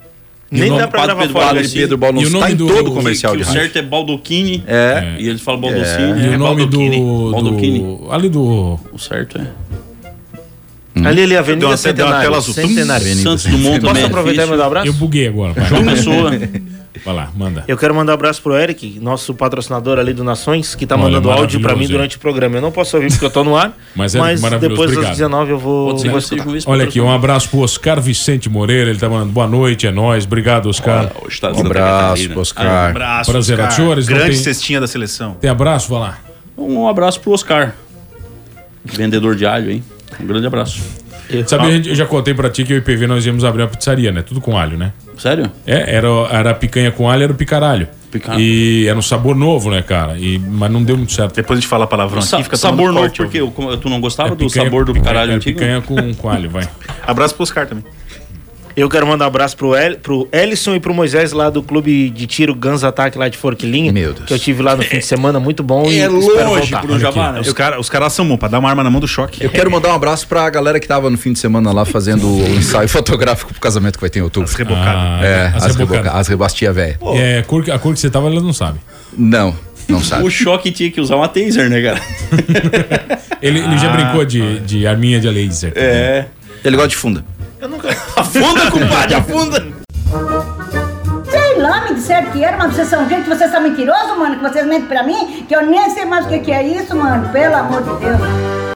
[SPEAKER 3] Nem dá pra
[SPEAKER 11] Padre
[SPEAKER 3] gravar
[SPEAKER 11] Pedro
[SPEAKER 3] fora.
[SPEAKER 10] Padre
[SPEAKER 11] Baldocini.
[SPEAKER 8] E
[SPEAKER 10] Pedro
[SPEAKER 8] o
[SPEAKER 10] Baldocini,
[SPEAKER 8] nome
[SPEAKER 10] tá em
[SPEAKER 8] do-
[SPEAKER 10] todo
[SPEAKER 8] o-
[SPEAKER 10] comercial
[SPEAKER 11] que
[SPEAKER 10] de
[SPEAKER 11] o
[SPEAKER 10] rádio.
[SPEAKER 11] certo é Baldocchini.
[SPEAKER 10] É.
[SPEAKER 11] E ele fala Baldocchini.
[SPEAKER 8] E
[SPEAKER 11] é
[SPEAKER 8] o nome
[SPEAKER 11] Baldocchini. Baldocchini.
[SPEAKER 8] do, do. Ali do.
[SPEAKER 11] O certo é.
[SPEAKER 3] Ali, ali,
[SPEAKER 9] Deu
[SPEAKER 3] Avenida
[SPEAKER 9] uma- deu uma tela
[SPEAKER 3] Centenário.
[SPEAKER 9] azul.
[SPEAKER 3] Centenário.
[SPEAKER 11] Santos Dumont
[SPEAKER 3] Posso
[SPEAKER 11] também. é
[SPEAKER 3] aproveitar e
[SPEAKER 11] difícil.
[SPEAKER 3] mandar um abraço?
[SPEAKER 8] Eu buguei agora.
[SPEAKER 10] um
[SPEAKER 8] Vai,
[SPEAKER 11] João Pessoa.
[SPEAKER 10] [LAUGHS]
[SPEAKER 8] vai lá, manda.
[SPEAKER 3] Eu quero mandar um abraço pro Eric, nosso patrocinador ali do Nações, que tá
[SPEAKER 8] Olha,
[SPEAKER 3] mandando áudio pra mim
[SPEAKER 8] maravilhoso,
[SPEAKER 3] durante o programa. Eu não posso ouvir porque eu tô no ar,
[SPEAKER 8] Mas
[SPEAKER 3] mas,
[SPEAKER 8] Eric, maravilhoso,
[SPEAKER 3] depois
[SPEAKER 8] obrigado.
[SPEAKER 3] das 19 eu vou,
[SPEAKER 11] Pode ser que
[SPEAKER 3] vou
[SPEAKER 11] seja
[SPEAKER 3] escutar.
[SPEAKER 11] um ex-
[SPEAKER 8] Olha aqui, um abraço pro Oscar Vicente Moreira. Ele tá mandando boa noite, é nóis. Obrigado, Oscar.
[SPEAKER 11] Os Estados é
[SPEAKER 10] Um
[SPEAKER 11] da
[SPEAKER 10] abraço,
[SPEAKER 11] Catarina.
[SPEAKER 10] Oscar.
[SPEAKER 9] Abraço,
[SPEAKER 8] Prazer,
[SPEAKER 9] cara.
[SPEAKER 8] senhores, não
[SPEAKER 9] Grande
[SPEAKER 8] tem-
[SPEAKER 9] cestinha da seleção.
[SPEAKER 8] Tem abraço? Vai lá.
[SPEAKER 11] Um abraço pro Oscar. Vendedor de alho, hein? Um grande abraço.
[SPEAKER 8] Sabia, gente, eu já contei pra ti que eu e o IPV nós íamos abrir uma pizzaria, né? Tudo com alho, né?
[SPEAKER 11] Sério?
[SPEAKER 8] É, era, era picanha com alho, era o picaralho.
[SPEAKER 11] Picaralho.
[SPEAKER 8] E era um sabor novo, né, cara? E, mas não deu muito certo.
[SPEAKER 9] Depois a gente fala palavrão
[SPEAKER 11] Sa-
[SPEAKER 9] aqui, fica tomando
[SPEAKER 11] sabor novo,
[SPEAKER 9] corte,
[SPEAKER 11] porque
[SPEAKER 9] ó.
[SPEAKER 11] eu- como- tu não gostava
[SPEAKER 8] É
[SPEAKER 11] do
[SPEAKER 8] picanha-
[SPEAKER 11] sabor do
[SPEAKER 8] picanha-
[SPEAKER 11] caralho
[SPEAKER 8] é
[SPEAKER 11] antigo?
[SPEAKER 8] Picanha com, com
[SPEAKER 11] [LAUGHS]
[SPEAKER 8] alho, vai.
[SPEAKER 9] Abraço pro Oscar também.
[SPEAKER 3] Eu quero mandar um abraço pro, El, pro Ellison e pro Moisés lá do clube de tiro Guns Attack lá de Forquilinha.
[SPEAKER 10] Meu Deus.
[SPEAKER 3] Que eu tive lá no fim de semana, muito bom. e espero voltar.
[SPEAKER 11] É pro Jabá, né?
[SPEAKER 9] Os caras os caras são bons pra dar uma arma na mão do choque.
[SPEAKER 10] Eu quero mandar um abraço pra galera que tava no fim de semana lá fazendo o ensaio [LAUGHS] fotográfico pro casamento que vai ter em outubro.
[SPEAKER 9] As rebocadas.
[SPEAKER 8] Ah,
[SPEAKER 10] É,
[SPEAKER 8] as
[SPEAKER 10] as,
[SPEAKER 8] rebocadas.
[SPEAKER 10] reboca- as rebastia velha.
[SPEAKER 8] É, cor- a cor que você tava, ela não sabe.
[SPEAKER 10] Não. Não sabe.
[SPEAKER 11] O choque tinha que usar uma taser, né, cara?
[SPEAKER 8] Ele, ele já brincou de, de arminha de laser.
[SPEAKER 11] Ah, tá. É.
[SPEAKER 10] Ele gosta de funda.
[SPEAKER 11] Afunda, compadre, afunda!
[SPEAKER 7] Sei lá, me disseram que era, mas vocês são gente, vocês são mentirosos, mano, que vocês mentem pra mim, que eu nem sei mais o que, que é isso, mano, pelo amor de Deus.